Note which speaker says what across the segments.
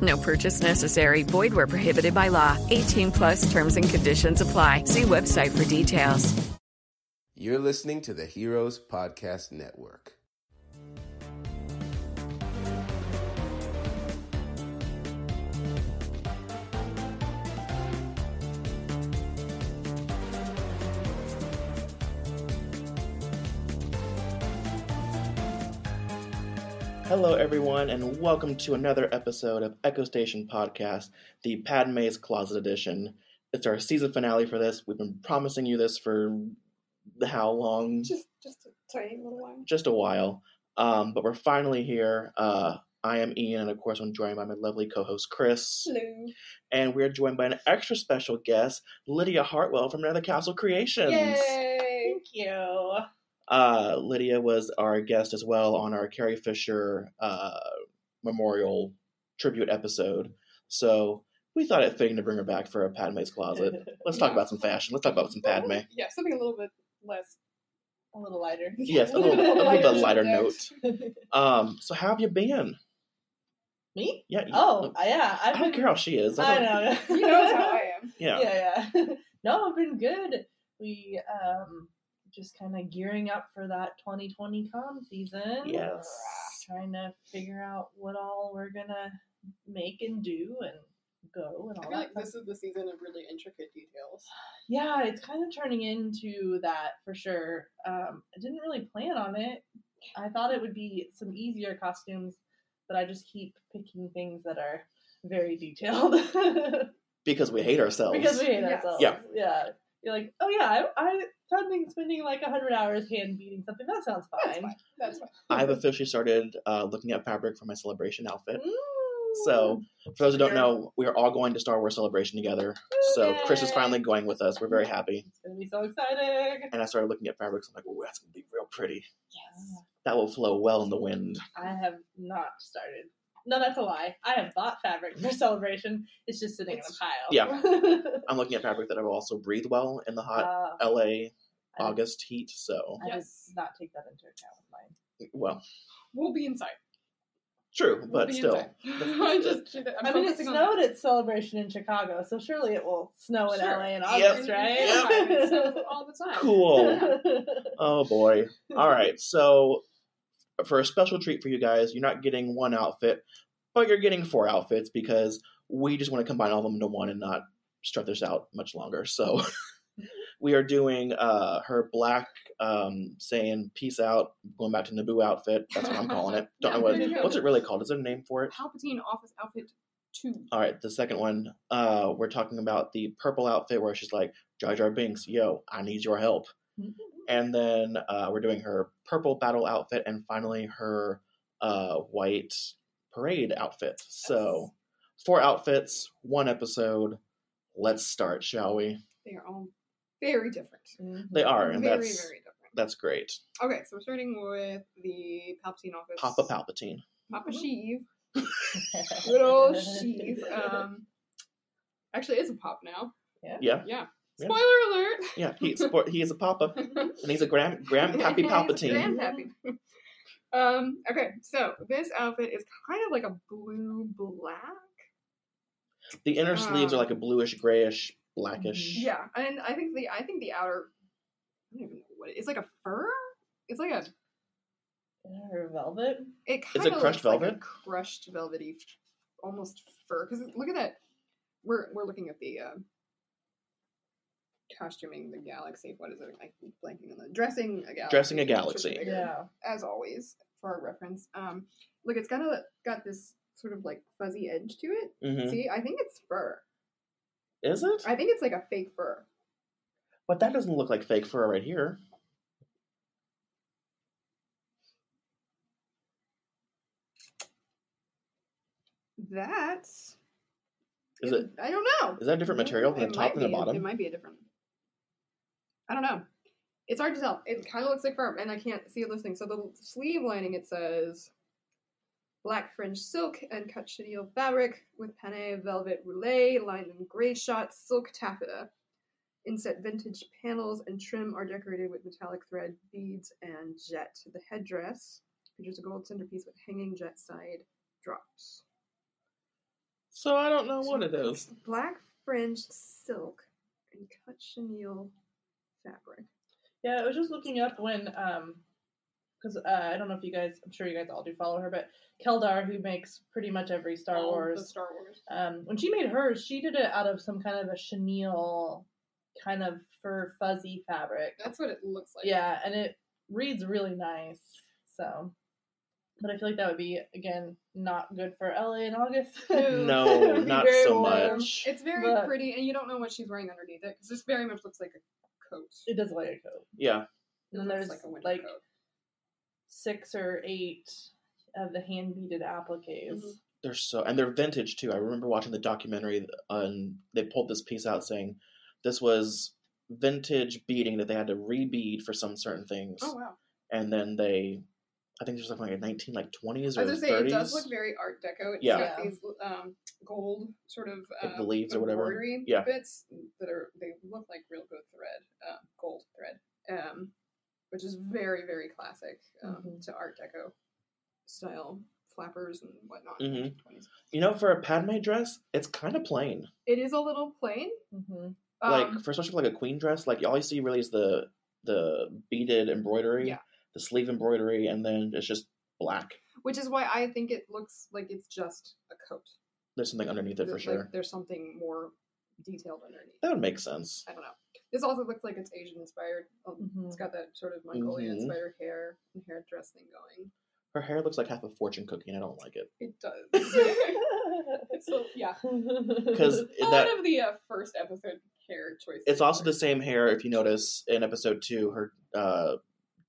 Speaker 1: No purchase necessary. Void where prohibited by law. 18 plus terms and conditions apply. See website for details.
Speaker 2: You're listening to the Heroes Podcast Network.
Speaker 3: Hello, everyone, and welcome to another episode of Echo Station Podcast, the Padme's Closet Edition. It's our season finale for this. We've been promising you this for how long?
Speaker 4: just just a tiny little one.
Speaker 3: Just a while. Um, but we're finally here. Uh, I am Ian, and of course, I'm joined by my lovely co host, Chris.
Speaker 4: Hello.
Speaker 3: And we're joined by an extra special guest, Lydia Hartwell from Another Castle Creations.
Speaker 4: Yay! Thank you.
Speaker 3: Uh, Lydia was our guest as well on our Carrie Fisher uh, memorial tribute episode. So we thought it fitting to bring her back for a Padme's closet. Let's talk about some fashion. Let's talk about some Padme.
Speaker 4: Yeah, something a little bit less, a little lighter.
Speaker 3: Yes, a little- a little bit lighter note. Um, so how have you been?
Speaker 5: Me?
Speaker 3: Yeah. you-
Speaker 5: Oh, yeah.
Speaker 3: Um, I
Speaker 5: I've
Speaker 3: don't
Speaker 5: been,
Speaker 3: care how she is. I
Speaker 5: I
Speaker 3: don't-
Speaker 5: know.
Speaker 4: you know how I am.
Speaker 3: Yeah.
Speaker 5: Yeah, yeah. no, I've been good. We um just kind of gearing up for that 2020 con season.
Speaker 3: Yes.
Speaker 5: Trying to figure out what all we're gonna make and do and go and all
Speaker 4: I
Speaker 5: that.
Speaker 4: feel like
Speaker 5: fun
Speaker 4: this is the season of really intricate details.
Speaker 5: yeah, it's kind of turning into that for sure. Um, I didn't really plan on it. I thought it would be some easier costumes, but I just keep picking things that are very detailed
Speaker 3: Because we hate ourselves.
Speaker 5: because we hate
Speaker 4: Yes.
Speaker 5: ourselves.
Speaker 3: Yeah.
Speaker 5: yeah. You're like, oh yeah, I, I something spending like hundred hours hand beating something. That sounds
Speaker 4: That's
Speaker 5: fine.
Speaker 4: fine. That's fine.
Speaker 3: I've officially started uh, looking at fabric for my celebration outfit.
Speaker 5: Mm.
Speaker 3: So, for those who don't know, we are all going to Star Wars Celebration together. So, Chris is
Speaker 5: Yay.
Speaker 3: finally going with us. We're very happy.
Speaker 5: it's gonna be so exciting.
Speaker 3: And I started looking at fabrics. I'm like, oh, that's going to be real pretty.
Speaker 5: Yes.
Speaker 3: That will flow well in the wind.
Speaker 5: I have not started. No, that's a lie. I have bought fabric for celebration. It's just sitting
Speaker 4: It's-
Speaker 5: in a
Speaker 3: yeah.
Speaker 5: pile. Yeah.
Speaker 3: I'm looking at fabric that will also breathe well in the hot
Speaker 5: Uh,
Speaker 4: Oh.
Speaker 3: LA
Speaker 5: I-
Speaker 3: August heat. So,
Speaker 5: I
Speaker 4: Yes.
Speaker 5: did not take that into account with mine.
Speaker 3: well,
Speaker 4: We'll be inside.
Speaker 3: true,
Speaker 4: We'll
Speaker 3: but
Speaker 4: be
Speaker 3: still.
Speaker 4: inside. I just. I'm
Speaker 5: i mean, it
Speaker 4: focusing on
Speaker 5: snowed at Celebration in Chicago, so surely it will snow in
Speaker 4: Sure.
Speaker 5: LA in
Speaker 3: Yep.
Speaker 5: August,
Speaker 4: Yeah, it snows
Speaker 5: right?
Speaker 4: all the time.
Speaker 3: Cool. Oh boy. All right. So for a special treat for you guys, you're not getting one outfit, but you're getting four outfits because we just want to combine all of them into one and not stretch this out much longer. So we are doing uh, her black um, saying peace out, going back to Naboo outfit. That's what I'm calling it. Don't know what
Speaker 4: Yeah, there you go.
Speaker 3: what's it really called? Is there a name for it?
Speaker 4: Palpatine office outfit two.
Speaker 3: All right, the second one, uh, we're talking about the purple outfit where she's like, Jar Jar Binks, yo, I need your help.
Speaker 5: Mm-hmm.
Speaker 3: And then uh, we're doing her purple battle outfit and finally her uh, white parade outfit. So, four outfits, one episode. Let's start, shall we?
Speaker 4: They are all very different.
Speaker 3: They are,
Speaker 4: Very,
Speaker 3: and
Speaker 4: very
Speaker 3: that's
Speaker 4: different.
Speaker 3: that's great.
Speaker 4: Okay, so we're starting with the Palpatine office.
Speaker 3: Papa Palpatine.
Speaker 4: Papa Sheev. Mm-hmm. Good old Sheev. Um, actually, it's a pop now.
Speaker 3: Yeah,
Speaker 4: Yeah.
Speaker 3: Yeah.
Speaker 4: Spoiler alert!
Speaker 3: yeah. He, sport, he is a Papa, and he's a grand grandpappy
Speaker 4: He's
Speaker 3: Palpatine.
Speaker 4: Grandpappy. um, okay, so this outfit is kind of like a blue black.
Speaker 3: The inner sleeves are
Speaker 4: Ah.
Speaker 3: like a bluish, grayish, blackish.
Speaker 4: Yeah, and I think the I think the outer. I don't even know what it is. Like a fur. It's like a. uh,
Speaker 5: Or velvet.
Speaker 4: It kind
Speaker 3: it
Speaker 4: of
Speaker 3: crushed
Speaker 4: looks Like
Speaker 3: velvet?
Speaker 4: a crushed velvety, almost fur. Because look at that. We're we're looking at the. Uh,
Speaker 6: costuming the galaxy. What is it? I keep blanking on the dressing a galaxy.
Speaker 3: Dressing a
Speaker 6: which is
Speaker 3: galaxy.
Speaker 6: bigger,
Speaker 5: Yeah.
Speaker 6: As always, for our reference. Um, look, it's kind of got this sort of like fuzzy edge to it.
Speaker 3: hmm
Speaker 6: See, I think it's fur.
Speaker 3: Is it?
Speaker 6: I think it's like a fake fur.
Speaker 3: But that doesn't look like fake fur right here.
Speaker 6: That's.
Speaker 3: Is it?
Speaker 6: I don't know.
Speaker 3: Is that a different material than the
Speaker 6: It
Speaker 3: top
Speaker 6: might
Speaker 3: and the
Speaker 6: be. It- It
Speaker 3: bottom?
Speaker 6: might be a different. I don't know. It's hard to tell. It kind of looks like fur, and I can't see it listening. So the sleeve lining it says black fringe silk and cut chenille fabric with panne velvet roulé lined in gray shot silk taffeta. Inset vintage panels and trim are decorated with metallic thread, beads, and jet. The headdress features a gold centerpiece with hanging jet side drops.
Speaker 3: So I don't know what it is.
Speaker 6: Black fringe silk and cut chenille fabric.
Speaker 5: Yeah, I was just looking up when, um, because uh, I don't know if you guys, I'm sure you guys all do follow her, but Keldar, who makes pretty much every Star
Speaker 6: All
Speaker 5: Wars,
Speaker 6: The Star Wars.
Speaker 5: um, when she made hers, she did it out of some kind of a chenille, kind of fur fuzzy fabric.
Speaker 6: That's what it looks like.
Speaker 5: Yeah, and it reads really nice. So, but I feel like that would be again not good for LA in August.
Speaker 3: No,
Speaker 5: It'd be
Speaker 3: not
Speaker 5: very
Speaker 3: so
Speaker 5: warm.
Speaker 3: much.
Speaker 6: Um, It's very
Speaker 5: But-
Speaker 6: pretty, and you don't know what she's wearing underneath it because this very much looks like a coat. It
Speaker 5: It does look like a coat.
Speaker 3: Yeah.
Speaker 5: And then
Speaker 6: looks
Speaker 5: there's
Speaker 6: like a winter
Speaker 5: like
Speaker 6: coat.
Speaker 5: six or eight of the hand beaded appliques.
Speaker 6: Mhm.
Speaker 3: They're so, and they're vintage too. I remember watching the documentary, and they pulled this piece out saying this was vintage beading that they had to rebead for some certain things,
Speaker 6: Oh wow!
Speaker 3: and then they, I think there's like like nineteen like twenties
Speaker 6: I
Speaker 3: or
Speaker 6: was gonna say it does
Speaker 3: thirties.
Speaker 6: look very Art Deco. It's
Speaker 3: Yeah.
Speaker 6: got these um, gold sort of uh,
Speaker 3: Like the leaves or whatever.
Speaker 6: embroidery
Speaker 3: Yeah.
Speaker 6: bits that are they look like real good thread, uh, gold thread, um, which is very very classic um,
Speaker 5: Mhm.
Speaker 6: to Art Deco style flappers and whatnot.
Speaker 3: Mhm.
Speaker 6: 1920s.
Speaker 3: You know, for a Padme dress, it's kind of plain.
Speaker 6: It is a little plain.
Speaker 5: hmm
Speaker 6: Um,
Speaker 3: like for especially for like a queen dress, like all you see really is the the beaded embroidery,
Speaker 6: Yeah.
Speaker 3: the sleeve embroidery, and then it's just black.
Speaker 6: which is why I think it looks like it's just a coat.
Speaker 3: There's something underneath it for
Speaker 6: Like,
Speaker 3: sure. Oh.
Speaker 6: there's something more detailed underneath.
Speaker 3: That would make sense.
Speaker 6: I don't know. This also looks like it's Asian inspired. Um,
Speaker 5: Mhm.
Speaker 6: It's got that sort of Mongolian
Speaker 3: Mhm.
Speaker 6: inspired hair and hairdress thing going.
Speaker 3: Her hair looks like half a fortune cookie, and I don't like it
Speaker 6: It does. it's so, yeah.
Speaker 5: Mm-hmm.
Speaker 3: because
Speaker 6: A
Speaker 3: that
Speaker 6: lot of the uh, first episode hair choices.
Speaker 3: it's also
Speaker 6: are-
Speaker 3: the same hair. If you notice in episode two, her uh,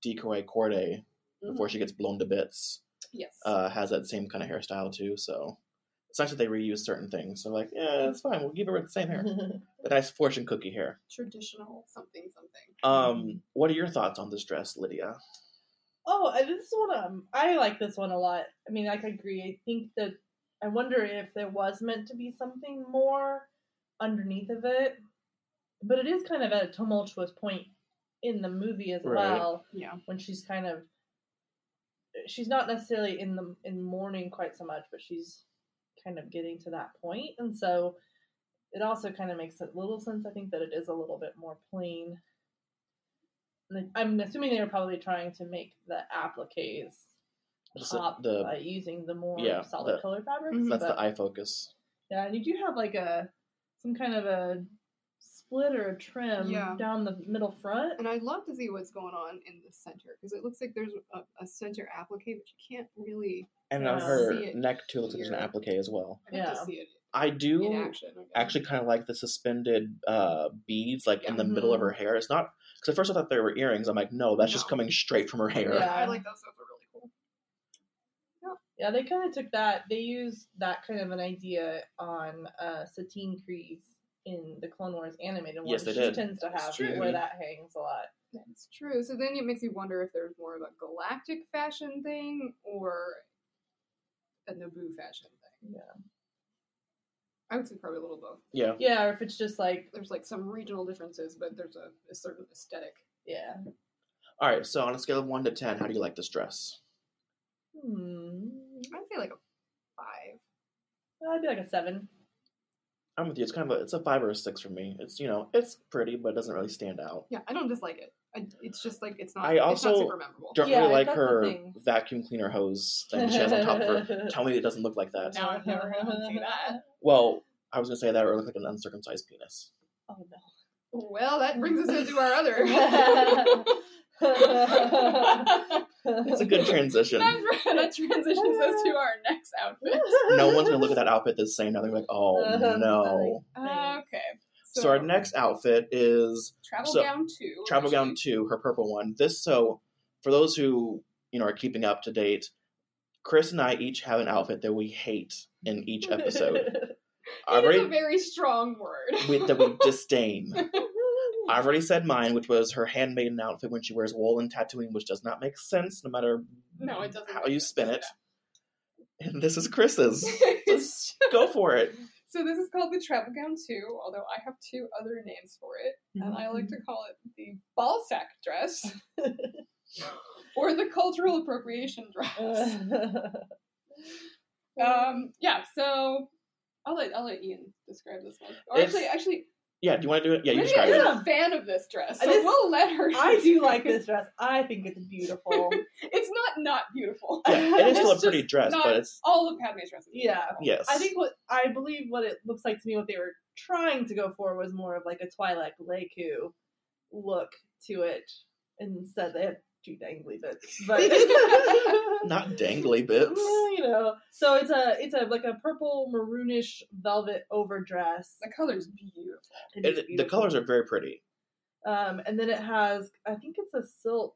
Speaker 3: decoy Corday before she gets
Speaker 6: Mm-hmm.
Speaker 3: blown to bits
Speaker 6: Yes.
Speaker 3: uh, has that same kind of hairstyle too. So it's nice that they reuse certain things. So like, yeah, it's fine. We'll keep it with the same hair, the nice fortune cookie hair.
Speaker 6: Traditional something something.
Speaker 3: Um, what are your thoughts on this dress, Lydia?
Speaker 5: oh, I- this one um, I like this one a lot. I mean, I could agree. I think that I wonder if there was meant to be something more underneath of it, but it is kind of at a tumultuous point in the movie as
Speaker 3: Right.
Speaker 5: well
Speaker 6: Yeah.
Speaker 5: when she's kind of she's not necessarily in the in mourning quite so much, but she's kind of getting to that point, and so it also kind of makes a little sense. I think that it is a little bit more plain. And I- I'm assuming they were probably trying to make the appliques
Speaker 3: Just the-
Speaker 5: pop
Speaker 3: the-
Speaker 5: by using the more
Speaker 3: yeah,
Speaker 5: solid
Speaker 3: the-
Speaker 5: color fabrics.
Speaker 6: Mhm.
Speaker 3: That's
Speaker 5: but-
Speaker 3: the eye focus.
Speaker 5: yeah, and you do have like a some kind of a split or a trim
Speaker 6: Yeah.
Speaker 5: down the middle front.
Speaker 6: And I'd love to see what's going on in the center because it looks like there's a, a center applique, but you can't really.
Speaker 3: And
Speaker 5: Yeah.
Speaker 3: on her
Speaker 6: See it
Speaker 3: neck too looks like there's an
Speaker 6: here.
Speaker 3: applique as well.
Speaker 6: I have
Speaker 5: Yeah.
Speaker 6: to see it
Speaker 3: I
Speaker 6: in
Speaker 3: do
Speaker 6: action. I guess.
Speaker 3: actually kind of like the suspended uh, beads like in the middle of
Speaker 5: Mhm.
Speaker 3: her hair. It's not because at first I thought they were earrings. I'm like, no, that's just
Speaker 6: Mm-hmm. No.
Speaker 3: coming straight from her hair.
Speaker 5: Yeah.
Speaker 6: I like those. Those are really cool.
Speaker 5: Yeah, they kind of took that. They used that kind of an idea on uh, Satine Kree's in the Clone Wars animated one.
Speaker 3: Yes, they
Speaker 5: she
Speaker 3: did.
Speaker 5: tends to
Speaker 6: That's
Speaker 5: have
Speaker 6: true.
Speaker 5: where that hangs a lot.
Speaker 6: That's true. So then it makes you wonder if there's more of a galactic fashion thing or a Naboo fashion thing.
Speaker 5: Yeah.
Speaker 6: I would say probably a little both.
Speaker 3: Yeah.
Speaker 5: Yeah, or if it's just like
Speaker 6: There's like some regional differences, but there's a, a certain aesthetic.
Speaker 5: yeah,
Speaker 3: All right. So on a scale of one to ten, how do you like this dress?
Speaker 5: hmm,
Speaker 6: I'd say like a five.
Speaker 5: I'd be like a seven.
Speaker 3: I'm with you. It's kind of a, it's a five or a six for me. It's you know it's pretty, but it doesn't really stand out.
Speaker 6: Yeah, I don't dislike it. I, it's just like it's not.
Speaker 3: I
Speaker 6: it's
Speaker 3: also
Speaker 6: not super memorable.
Speaker 3: Don't
Speaker 5: Yeah,
Speaker 3: really like
Speaker 5: that's the
Speaker 3: her
Speaker 5: thing.
Speaker 3: vacuum cleaner hose thing she has on top of her. Tell me it doesn't look like that.
Speaker 6: Now I'm never gonna see that.
Speaker 3: Well, I was gonna say that, or it looked like an uncircumcised penis.
Speaker 5: Oh no.
Speaker 4: Well, that brings us into our other.
Speaker 3: It's a good transition.
Speaker 6: That, that transitions us to our next outfit.
Speaker 3: No one's gonna look at that outfit the same. Now they're like, oh
Speaker 5: Uh-huh.
Speaker 3: no.
Speaker 6: Okay.
Speaker 3: So our next outfit is
Speaker 6: travel
Speaker 3: so-
Speaker 6: gown two.
Speaker 3: travel gown two, her purple one. This so for those who you know are keeping up to date, Chris and I each have an outfit that we hate in each episode. I've
Speaker 6: It is a
Speaker 3: already
Speaker 6: very strong word.
Speaker 3: we, that we disdain. I've already said mine, which was her handmaiden outfit when she wears woolen tattooing, which does not make sense no matter
Speaker 6: No, it doesn't
Speaker 3: how
Speaker 6: make
Speaker 3: you
Speaker 6: sense,
Speaker 3: spin it. And this is Chris's.
Speaker 6: It's
Speaker 3: Go for it.
Speaker 6: So this is called the travel gown two, although I have two other names for it, and I like
Speaker 5: Mm-hmm.
Speaker 6: to call it the ball sack dress or the cultural appropriation dress. um, yeah. So I'll let I'll let Ian describe this one. Or
Speaker 3: It's-
Speaker 6: actually, actually,
Speaker 3: Yeah, do you want to do it? Yeah, you
Speaker 6: Lydia
Speaker 3: describe
Speaker 6: is
Speaker 3: it.
Speaker 6: a fan of this dress, so
Speaker 5: This-
Speaker 6: we'll let her.
Speaker 5: I do like this dress. I think it's beautiful.
Speaker 6: It's not not beautiful.
Speaker 3: Yeah, it is still a
Speaker 6: It's
Speaker 3: pretty
Speaker 6: just
Speaker 3: dress,
Speaker 6: not-
Speaker 3: but it's
Speaker 6: All of Padme's dresses. are
Speaker 5: Yeah.
Speaker 6: beautiful.
Speaker 3: yes.
Speaker 5: I think what I believe what it looks like to me, what they were trying to go for was more of like a Twilight Leku look to it. Instead, they had two dangly bits, but
Speaker 3: not dangly bits.
Speaker 5: Well, you know. So it's a it's a like a purple maroonish velvet overdress.
Speaker 6: The color's beautiful.
Speaker 5: It is
Speaker 3: It, the
Speaker 5: beautiful.
Speaker 3: colors are very pretty.
Speaker 5: Um, and then it has, I think it's a silk,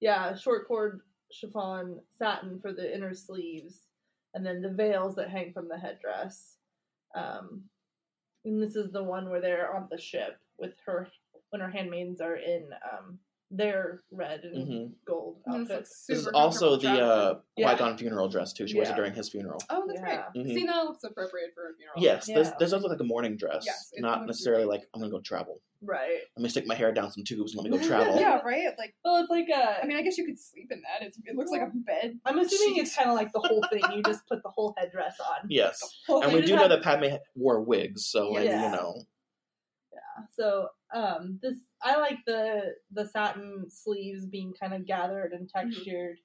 Speaker 5: yeah, short cord chiffon satin for the inner sleeves, and then the veils that hang from the headdress. Um, and this is the one where they're on the ship with her when her handmaidens are in um, their red and
Speaker 3: hmm
Speaker 5: gold
Speaker 6: And it's, like,
Speaker 5: outfits.
Speaker 3: This is
Speaker 6: super
Speaker 3: also the
Speaker 6: comfortable traveling.
Speaker 3: uh,
Speaker 5: Yeah.
Speaker 3: Qui Gon funeral dress too. She wears it
Speaker 5: Yeah.
Speaker 3: during his funeral.
Speaker 6: Oh, that's
Speaker 5: yeah.
Speaker 6: right.
Speaker 3: Mhm.
Speaker 6: See, now it's appropriate for a funeral.
Speaker 3: Yes, this
Speaker 5: Yeah.
Speaker 3: there's also like a morning dress,
Speaker 6: Yes, it
Speaker 3: not
Speaker 6: looks
Speaker 3: necessarily
Speaker 6: really-
Speaker 3: like I'm gonna go travel.
Speaker 5: Right.
Speaker 3: Let me stick my hair down some tubes and let me go travel.
Speaker 6: Yeah, right. Like,
Speaker 5: Well, it's like a.
Speaker 6: I mean, I guess you could sleep in that. It's, it looks like a bed.
Speaker 5: I'm assuming it's kind of like the whole thing. You just put the whole headdress on.
Speaker 3: Yes,
Speaker 5: Well,
Speaker 3: and
Speaker 5: they
Speaker 3: we
Speaker 5: did
Speaker 3: do
Speaker 5: have-
Speaker 3: know that Padme wore wigs, so like,
Speaker 5: Yeah.
Speaker 3: you know,
Speaker 5: So um, this I like the the satin sleeves being kind of gathered and textured,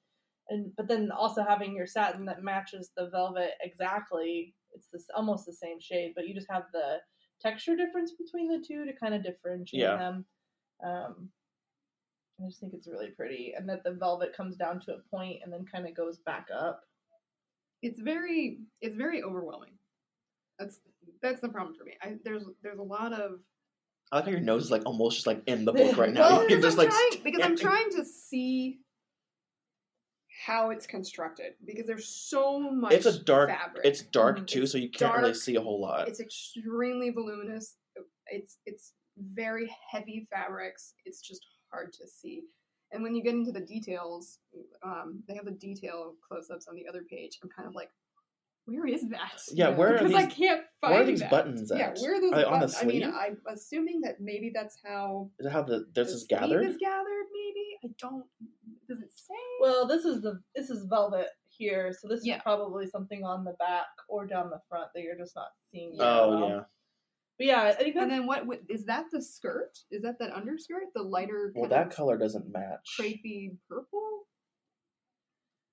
Speaker 5: and but then also having your satin that matches the velvet exactly. It's this almost the same shade, but you just have the texture difference between the two to kind of differentiate
Speaker 3: Yeah.
Speaker 5: them. Um, I just think it's really pretty, and that the velvet comes down to a point and then kind of goes back up.
Speaker 4: it's very it's very overwhelming. That's that's the problem for me. I, there's there's a lot of
Speaker 3: I like how your nose is like almost just like in the book right now.
Speaker 4: well,
Speaker 5: you're
Speaker 4: because,
Speaker 3: just
Speaker 4: I'm
Speaker 3: like
Speaker 4: trying, because I'm
Speaker 3: standing-
Speaker 4: trying to see how it's constructed because there's so much.
Speaker 3: It's a dark.
Speaker 4: fabric.
Speaker 3: It's
Speaker 6: Mm-hmm.
Speaker 3: dark
Speaker 4: Mhm.
Speaker 3: too,
Speaker 4: It's
Speaker 3: so you can't really
Speaker 4: dark.
Speaker 3: see a whole lot.
Speaker 4: It's extremely voluminous. It's it's very heavy fabrics. It's just hard to see. And when you get into the details, um, they have the detail close-ups on the other page. I'm kind of like, where is that?
Speaker 3: Yeah, where are
Speaker 4: because I
Speaker 3: these-
Speaker 4: can't
Speaker 3: where
Speaker 4: find
Speaker 3: are these
Speaker 4: that.
Speaker 3: buttons
Speaker 4: Yeah,
Speaker 3: at?
Speaker 4: where are those
Speaker 3: Are they on the
Speaker 4: buttons? I mean,
Speaker 3: sleeve?
Speaker 4: I'm assuming that maybe that's how
Speaker 3: Is that how the this
Speaker 4: the
Speaker 3: is
Speaker 4: sleeve
Speaker 3: gathered?
Speaker 4: Is gathered maybe? I don't. Does it say?
Speaker 5: Well, this is the this is velvet here, so this
Speaker 4: Yeah.
Speaker 5: is probably something on the back or down the front that you're just not seeing. very
Speaker 3: Oh
Speaker 5: well.
Speaker 3: yeah.
Speaker 5: But yeah, I think that's
Speaker 4: And then what, what is that? The skirt? Is that that underskirt? The lighter
Speaker 3: Well,
Speaker 4: kind
Speaker 3: that
Speaker 4: of
Speaker 3: color doesn't match.
Speaker 4: crepey purple?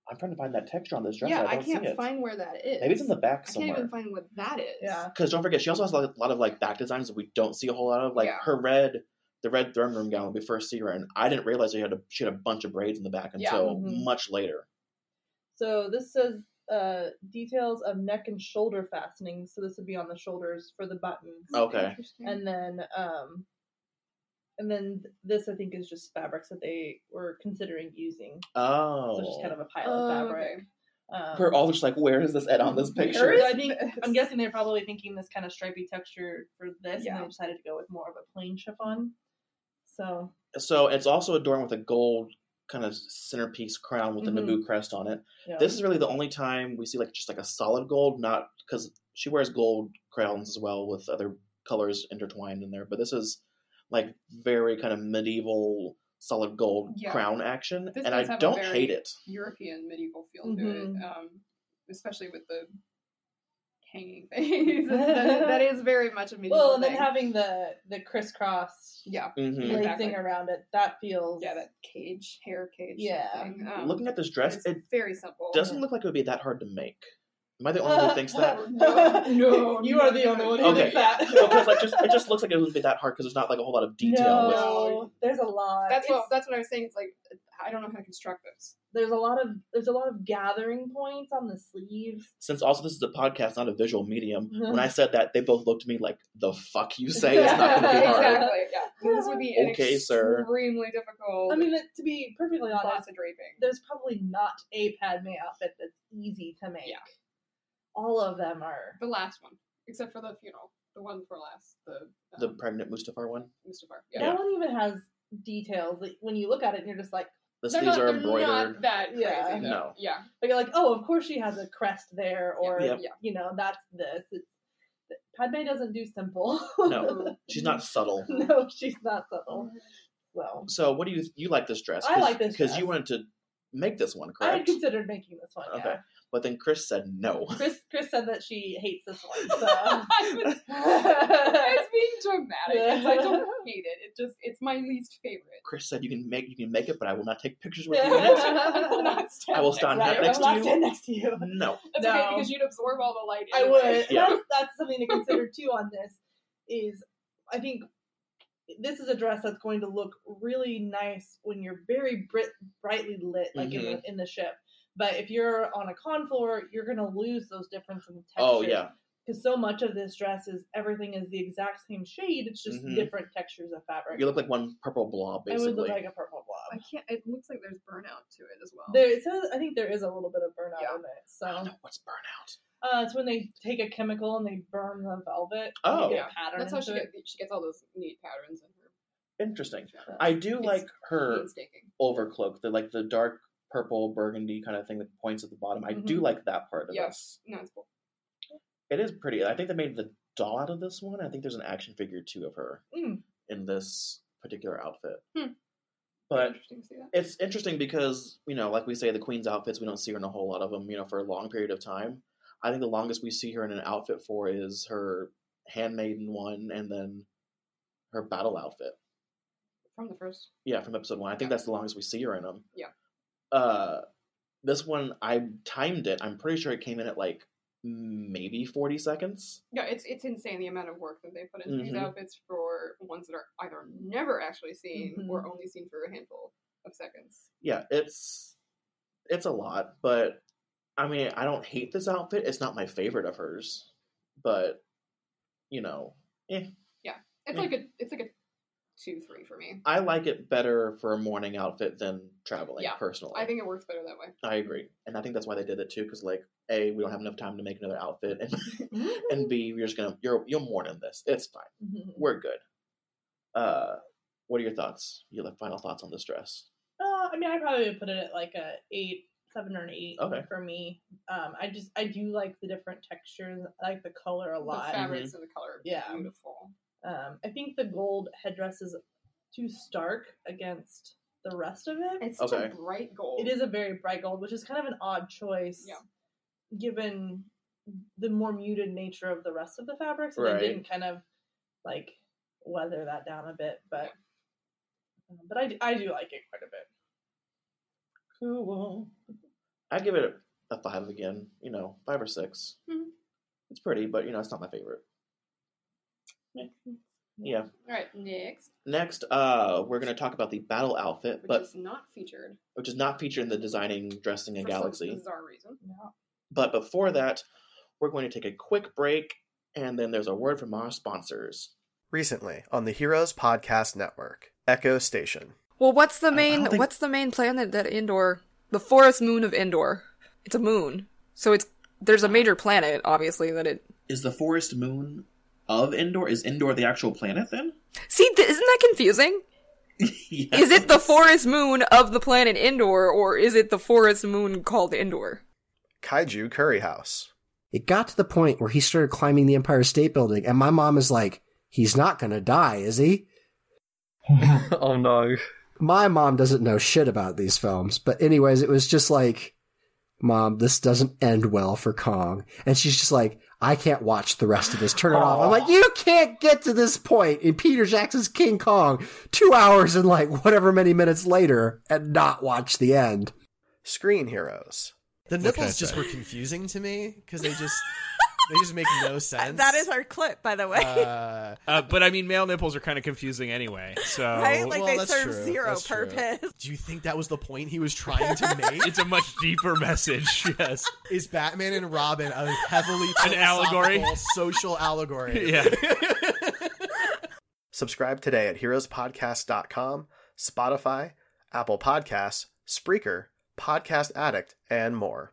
Speaker 3: I'm trying to find that texture on this dress.
Speaker 4: yeah,
Speaker 3: and I,
Speaker 4: I,
Speaker 3: don't see
Speaker 4: can't
Speaker 3: it.
Speaker 4: find where that is.
Speaker 3: Maybe it's in the back
Speaker 4: I can't even
Speaker 3: somewhere.
Speaker 4: find what that is.
Speaker 5: yeah.
Speaker 3: Because don't forget, she also has a lot of, lot of, like back designs that we don't see a whole lot of. Like
Speaker 4: Yeah.
Speaker 3: her red, the red throne room gown when we first see her, and I didn't realize she had a she had a bunch of braids in the back
Speaker 6: Yeah.
Speaker 3: until
Speaker 5: Mhm.
Speaker 3: much later.
Speaker 5: So this says uh, details of neck and shoulder fastenings. So this would be on the shoulders for the buttons,
Speaker 3: Okay.
Speaker 4: Interesting.
Speaker 5: and then um, and then this I think is just fabrics that they were considering using.
Speaker 3: Oh,
Speaker 5: So it's just kind of a pile
Speaker 6: Oh,
Speaker 5: of
Speaker 6: okay.
Speaker 5: fabric. Um,
Speaker 3: we're all just like, where is this at on this
Speaker 5: so
Speaker 3: picture?
Speaker 6: is
Speaker 5: I think I'm
Speaker 6: this?
Speaker 5: guessing they're probably thinking this kind of stripy texture for this,
Speaker 6: Yeah.
Speaker 5: and they decided to go with more of a plain chiffon. So
Speaker 3: So it's also adorned with a gold kind of centerpiece crown with a
Speaker 5: Mhm.
Speaker 3: Naboo crest on it.
Speaker 5: yeah.
Speaker 3: This is really the only time we see like just like a solid gold, not because she wears gold crowns as well with other colors intertwined in there. But this is like very kind of medieval solid gold
Speaker 6: Yeah.
Speaker 3: crown action,
Speaker 6: This
Speaker 3: and
Speaker 6: does
Speaker 3: I
Speaker 6: have a
Speaker 3: don't
Speaker 6: very-
Speaker 3: hate it.
Speaker 6: European medieval feel to
Speaker 5: Mhm.
Speaker 6: it, um, especially with the hanging things.
Speaker 4: that, that is very much a medieval
Speaker 5: well, and then
Speaker 4: thing.
Speaker 5: having the the crisscross
Speaker 6: yeah,
Speaker 3: hmm
Speaker 5: lacing
Speaker 6: Exactly.
Speaker 5: around it that feels
Speaker 6: yeah, that cage, hair cage.
Speaker 5: Yeah.
Speaker 6: thing. Um,
Speaker 3: Looking at this dress,
Speaker 6: it's
Speaker 3: it
Speaker 6: very simple.
Speaker 3: doesn't look like it would be that hard to make. I Am I the only one who thinks that?
Speaker 5: no,
Speaker 6: No,
Speaker 5: you
Speaker 6: no,
Speaker 5: are the
Speaker 6: no,
Speaker 5: only one who
Speaker 6: no.
Speaker 5: thinks
Speaker 3: Okay.
Speaker 5: that.
Speaker 3: Because like just it just looks like it wouldn't be that hard because there's not like a whole lot of detail. with-
Speaker 5: no, there's a lot.
Speaker 6: That's
Speaker 5: It's-
Speaker 6: what that's what I was saying. It's like I don't know how to construct this.
Speaker 5: there's a lot of there's a lot of gathering points on the sleeves.
Speaker 3: since also this is a podcast, not a visual medium. When I said that, they both looked at me like the fuck you say. It's not going to be hard.
Speaker 6: exactly. Yeah, this would be an
Speaker 3: Okay, sir.
Speaker 6: extremely difficult.
Speaker 5: I mean, that- to be perfectly
Speaker 6: lots
Speaker 5: honest,
Speaker 6: of draping.
Speaker 5: there's probably not a Padme outfit that's easy to make.
Speaker 6: Yeah.
Speaker 5: All of them are.
Speaker 6: The last one, except for the funeral, the one before last, the
Speaker 3: The
Speaker 6: um,
Speaker 3: pregnant Mustafar one.
Speaker 6: Mustafar. Yeah.
Speaker 5: That one even has details. Like when you look at it, and you're just like,
Speaker 3: The
Speaker 6: They're
Speaker 3: sleeves
Speaker 6: not,
Speaker 3: are
Speaker 6: they're
Speaker 3: embroidered.
Speaker 6: Not that crazy.
Speaker 5: Yeah.
Speaker 6: though.
Speaker 3: No.
Speaker 6: Yeah.
Speaker 5: but you're like, oh, of course she has a crest there, or
Speaker 3: Yep.
Speaker 5: you know, that's this. It's, Padme doesn't do simple.
Speaker 3: No. She's not subtle.
Speaker 5: no, she's not subtle. So
Speaker 3: So what do you you like this dress?
Speaker 5: I like this
Speaker 3: because you
Speaker 5: dress.
Speaker 3: wanted to make this one,
Speaker 5: I had
Speaker 3: correct?
Speaker 5: considered making this one.
Speaker 3: Okay.
Speaker 5: Yeah.
Speaker 3: But then Chris said no.
Speaker 5: Chris Chris said that she hates this one. So.
Speaker 6: it's being dramatic. It's- I don't hate it. It just it's my least favorite.
Speaker 3: Chris said you can make you can make it, but I will not take pictures with you. in it."
Speaker 6: I will not stand
Speaker 3: I will
Speaker 6: there.
Speaker 3: stand
Speaker 5: Right,
Speaker 3: right next
Speaker 5: I'm
Speaker 3: to
Speaker 5: not
Speaker 3: you.
Speaker 5: standing next to you.
Speaker 3: No.
Speaker 6: That's
Speaker 5: No.
Speaker 6: okay because you'd absorb all the light.
Speaker 5: I
Speaker 6: anyway.
Speaker 5: would.
Speaker 3: Yeah.
Speaker 5: That's, that's something to consider too on this. Is I think this is a dress that's going to look really nice when you're very bri- brightly lit, like in,
Speaker 3: Mm-hmm.
Speaker 5: the, in the ship. But if you're on a con floor, you're going to lose those difference in texture.
Speaker 3: Oh yeah.
Speaker 5: because so much of this dress is everything is the exact same shade. It's just
Speaker 3: Mhm.
Speaker 5: different textures of fabric.
Speaker 3: You look like one purple blob,
Speaker 5: I would
Speaker 3: basically.
Speaker 5: look like a purple
Speaker 6: I
Speaker 5: blob.
Speaker 6: can't. It looks like there's burnout to it as well.
Speaker 5: There, it says, I think there is a little bit of burnout
Speaker 6: Yeah.
Speaker 5: in it.
Speaker 3: I don't
Speaker 5: So
Speaker 3: know what's burnout.
Speaker 5: uh, it's when they take a chemical and they burn the velvet. and
Speaker 3: Oh.
Speaker 5: they get
Speaker 6: Yeah.
Speaker 5: a pattern
Speaker 6: That's how
Speaker 5: into
Speaker 6: she
Speaker 5: it.
Speaker 6: gets, she gets all those neat patterns in her
Speaker 3: Interesting. I do
Speaker 6: It's
Speaker 3: like her
Speaker 6: painstaking.
Speaker 3: overcloak, the like the dark purple burgundy kind of thing that points at the bottom. I do
Speaker 5: Mhm.
Speaker 3: like that part of
Speaker 6: Yes, no, it's cool.
Speaker 3: this. It is pretty. I think they made the doll out of this one. I think there's an action figure too of her
Speaker 5: Mm.
Speaker 3: in this particular outfit.
Speaker 6: Hmm.
Speaker 3: But
Speaker 6: interesting to see that.
Speaker 3: it's interesting because you know, like we say, the queen's outfits we don't see her in a whole lot of them. You know, for a long period of time. I think the longest we see her in an outfit for is her handmaiden one, and then her battle outfit.
Speaker 6: From the first,
Speaker 3: Yeah, from episode one. I think that's the longest we see her in them.
Speaker 6: Yeah.
Speaker 3: Uh, this one I timed it. I'm pretty sure it came in at like maybe 40 seconds.
Speaker 6: yeah, it's it's insane the amount of work that they put into these
Speaker 3: Mhm.
Speaker 6: outfits for ones that are either never actually seen
Speaker 5: Mhm.
Speaker 3: Mm-hmm.
Speaker 6: or only seen for a handful of seconds.
Speaker 3: Yeah, it's it's a lot, but I mean, I don't hate this outfit. It's not my favorite of hers, but you know, eh,
Speaker 6: It's
Speaker 3: Yeah.
Speaker 6: like a it's like a two three for me.
Speaker 3: I like it better for a morning outfit than traveling.
Speaker 6: Yeah,
Speaker 3: personally,
Speaker 6: I think it works better that way.
Speaker 3: I agree, and I think that's why they did it too. Because like, a, we don't have enough time to make another outfit, and and b, you're just gonna you're you'll mourn in this. It's fine.
Speaker 5: Mhm.
Speaker 3: we're good. Uh, what are your thoughts? Your like, final thoughts on this dress?
Speaker 5: Uh, I mean, I probably would put it at like a eight, seven or an eight
Speaker 3: Okay.
Speaker 5: for me. Um, I just I do like the different textures, I like the color a lot.
Speaker 6: The fabrics
Speaker 3: mm-hmm.
Speaker 6: and the color are
Speaker 5: Yeah.
Speaker 6: beautiful.
Speaker 5: Um, I think the gold headdress is too stark against the rest of it.
Speaker 6: It's such
Speaker 3: Okay.
Speaker 6: a bright gold.
Speaker 5: It is a very bright gold, which is kind of an odd choice,
Speaker 6: Yeah.
Speaker 5: given the more muted nature of the rest of the fabrics. And
Speaker 3: Right.
Speaker 5: They didn't kind of like weather that down a bit, but um, but I, d- I do like it quite a bit.
Speaker 3: Cool. I give it a five again. You know, five or 6
Speaker 6: Mhm.
Speaker 3: It's pretty, but you know, it's not my favorite. Yeah. Yeah.
Speaker 6: All right, next,
Speaker 3: Next, uh, we're gonna talk about the battle outfit,
Speaker 6: which
Speaker 3: but
Speaker 6: is not featured
Speaker 3: which is not featured in the designing, dressing, and
Speaker 6: for some
Speaker 3: galaxy.
Speaker 6: bizarre reason.
Speaker 3: But before that, we're going to take a quick break, and then there's a word from our sponsors.
Speaker 7: Recently on the Heroes Podcast Network, Echo Station.
Speaker 8: Well, what's the
Speaker 3: don't- I
Speaker 8: main
Speaker 3: don't think-
Speaker 8: what's the main planet that Endor, the forest moon of Endor? It's a moon, so it's
Speaker 6: Uh-huh.
Speaker 8: there's a major planet, obviously that it.
Speaker 3: Is the forest moon of Endor? Is Endor the actual planet then?
Speaker 8: See, th- isn't that confusing?
Speaker 3: yeah.
Speaker 8: Is it the forest moon of the planet Endor, or is it the forest moon called Endor?
Speaker 7: Kaiju Curry House.
Speaker 9: It got to the point where he started climbing the Empire State Building, and my mom is like, he's not gonna die, is he?
Speaker 10: oh no.
Speaker 9: My mom doesn't know shit about these films, but anyways, it was just like, Mom, this doesn't end well for Kong. And she's just like, I can't watch the rest of this. Turn it off. I'm like, you can't get to this point in Peter Jackson's King Kong two hours and like whatever many minutes later and not watch the end.
Speaker 7: Screen Heroes.
Speaker 11: The
Speaker 12: What can I
Speaker 11: nipples just
Speaker 12: say?
Speaker 11: were confusing to me because they just they just make no sense.
Speaker 13: That is our clip, by the way.
Speaker 11: Uh,
Speaker 12: Uh, but I mean, male nipples are kind of confusing anyway. So
Speaker 13: Right? Like, they
Speaker 11: that's
Speaker 13: serve
Speaker 11: true.
Speaker 13: zero
Speaker 11: That's true.
Speaker 13: purpose.
Speaker 11: Do you think that was the point he was trying to make?
Speaker 12: it's a much deeper message. Yes.
Speaker 11: Is Batman and Robin a heavily
Speaker 12: An allegory?
Speaker 11: philosophical social allegory?
Speaker 12: Yeah.
Speaker 7: Subscribe today at heroespodcast.com, Spotify, Apple Podcasts, Spreaker, Podcast Addict, and more.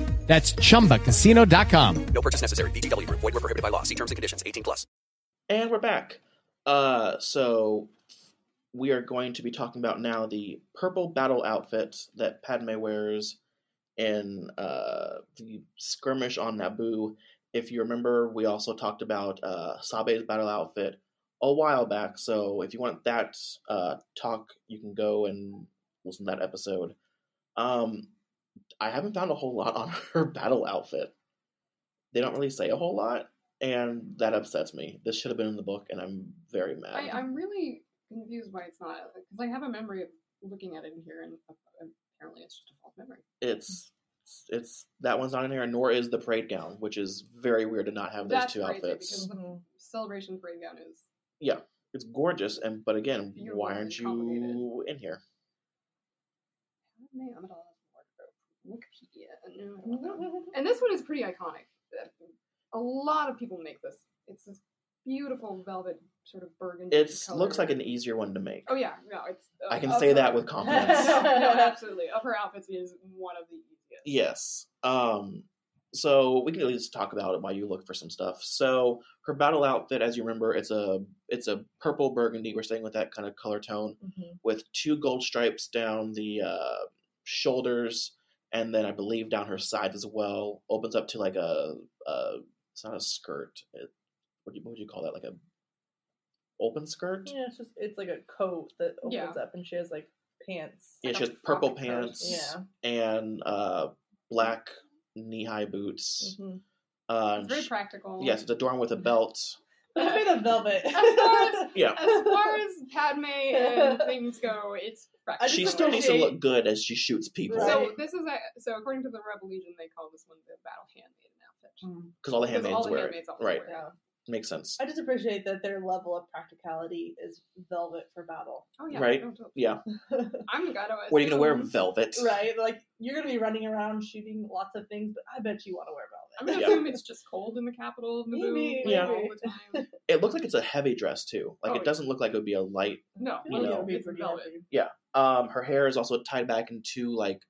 Speaker 14: That's chumbacasino.com.
Speaker 15: No purchase necessary. VGW Group. Void were prohibited by law. See terms and conditions. 18 plus.
Speaker 3: And we're back. Uh, so we are going to be talking about now the purple battle outfit that Padme wears in uh, the skirmish on Naboo. If you remember, we also talked about uh, Sabe's battle outfit a while back. So if you want that uh, talk, you can go and listen to that episode. Um, I haven't found a whole lot on her battle outfit. They don't really say a whole lot, and that upsets me. This should have been in the book, and I'm very mad.
Speaker 6: I, I'm really confused why it's not because I have a memory of looking at it in here, and apparently it's just a false memory.
Speaker 3: it's it's that one's not in here, nor is the parade gown, which is very weird to not have those
Speaker 6: That's
Speaker 3: two
Speaker 6: crazy
Speaker 3: outfits.
Speaker 6: because the
Speaker 5: Mm-hmm.
Speaker 6: celebration parade gown is
Speaker 3: Yeah, it's gorgeous, and but again,
Speaker 6: Beautiful
Speaker 3: why
Speaker 6: and
Speaker 3: aren't you in here?
Speaker 6: Man, I'm gonna have to look at Wikipedia. and this one is pretty iconic. A lot of people make this. It's this beautiful velvet sort of burgundy.
Speaker 3: It
Speaker 6: color.
Speaker 3: looks like an easier one to make.
Speaker 6: Oh yeah, no, it's.
Speaker 3: I can
Speaker 6: of
Speaker 3: say
Speaker 6: her-
Speaker 3: that with confidence.
Speaker 6: no, absolutely. Of her outfits it is one of the easiest.
Speaker 3: Yes. Um, so we can at least talk about it while you look for some stuff. So her battle outfit, as you remember, it's a it's a purple burgundy. We're staying with that kind of color tone,
Speaker 5: Mm-hmm.
Speaker 3: with two gold stripes down the uh, shoulders, and then I believe down her sides as well. Opens up to like a, a it's not a skirt. It, what, do you, what would you call that? Like a open skirt?
Speaker 5: Yeah, it's just it's like a coat that opens
Speaker 6: Yeah.
Speaker 5: up, and she has like pants.
Speaker 3: Yeah, she has purple pants
Speaker 5: Yeah.
Speaker 3: and uh, black knee high boots.
Speaker 5: Mhm.
Speaker 3: Uh,
Speaker 6: It's very
Speaker 3: sh-
Speaker 6: practical.
Speaker 3: Yes, it's adorned with a belt.
Speaker 5: It's made of velvet.
Speaker 6: As far as,
Speaker 3: Yeah.
Speaker 6: as far as Padme and things go, it's practical.
Speaker 3: She still needs to look good as she shoots people
Speaker 6: So this is a, so according to the Rebel Legion, they call this one the battle handmaiden outfit.
Speaker 3: because all the
Speaker 6: Because
Speaker 3: handmaids
Speaker 6: all the
Speaker 3: wear it.
Speaker 6: handmaids also
Speaker 3: Right,
Speaker 6: wear it. Yeah.
Speaker 3: makes sense.
Speaker 5: I just appreciate that their level of practicality is velvet for battle.
Speaker 6: Oh
Speaker 3: right? Yeah.
Speaker 6: I'm gonna.
Speaker 3: What are you gonna wear? Velvet.
Speaker 5: Right, like you're gonna be running around shooting lots of things, but I bet you want to wear velvet.
Speaker 6: I'm gonna
Speaker 3: Yeah.
Speaker 6: assume it's just cold in the capital of Naboo.
Speaker 5: Maybe,
Speaker 6: like,
Speaker 3: Yeah.
Speaker 6: all the time.
Speaker 3: It looks like it's a heavy dress too. Like
Speaker 6: Oh,
Speaker 3: it doesn't look like it would be a light.
Speaker 6: No,
Speaker 3: You
Speaker 6: it's-
Speaker 3: know.
Speaker 6: it's velvet.
Speaker 3: Yeah. Um, her hair is also tied back into like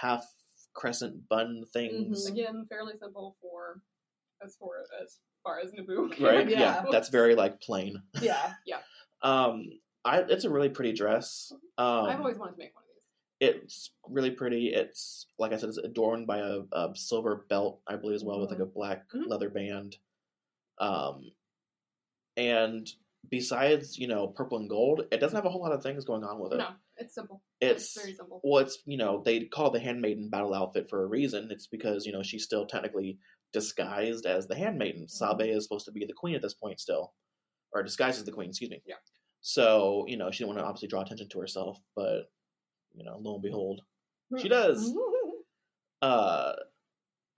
Speaker 3: half crescent bun things.
Speaker 6: Again, fairly simple for as for as far as Naboo.
Speaker 3: Right. Yeah. That's very like plain.
Speaker 5: yeah.
Speaker 6: Yeah.
Speaker 3: Um, I it's a really pretty dress. Um,
Speaker 6: I've always wanted to make one.
Speaker 3: it's really pretty. It's like I said, it's adorned by a, a silver belt, I believe, as well, with like a black
Speaker 6: Mhm.
Speaker 3: leather band. Um, and besides, you know, purple and gold, it doesn't have a whole lot of things going on with it.
Speaker 6: No, it's simple.
Speaker 3: It's
Speaker 6: very simple.
Speaker 3: well, it's you know they call the handmaiden battle outfit for a reason. It's because you know she's still technically disguised as the
Speaker 6: Mm-hmm.
Speaker 3: handmaiden. Sabe is supposed to be the queen at this point still, or disguised as the queen. Excuse me.
Speaker 6: Yeah.
Speaker 3: So you know she didn't want to obviously draw attention to herself, but you know lo and behold,
Speaker 5: Mm-hmm.
Speaker 3: she does. Uh,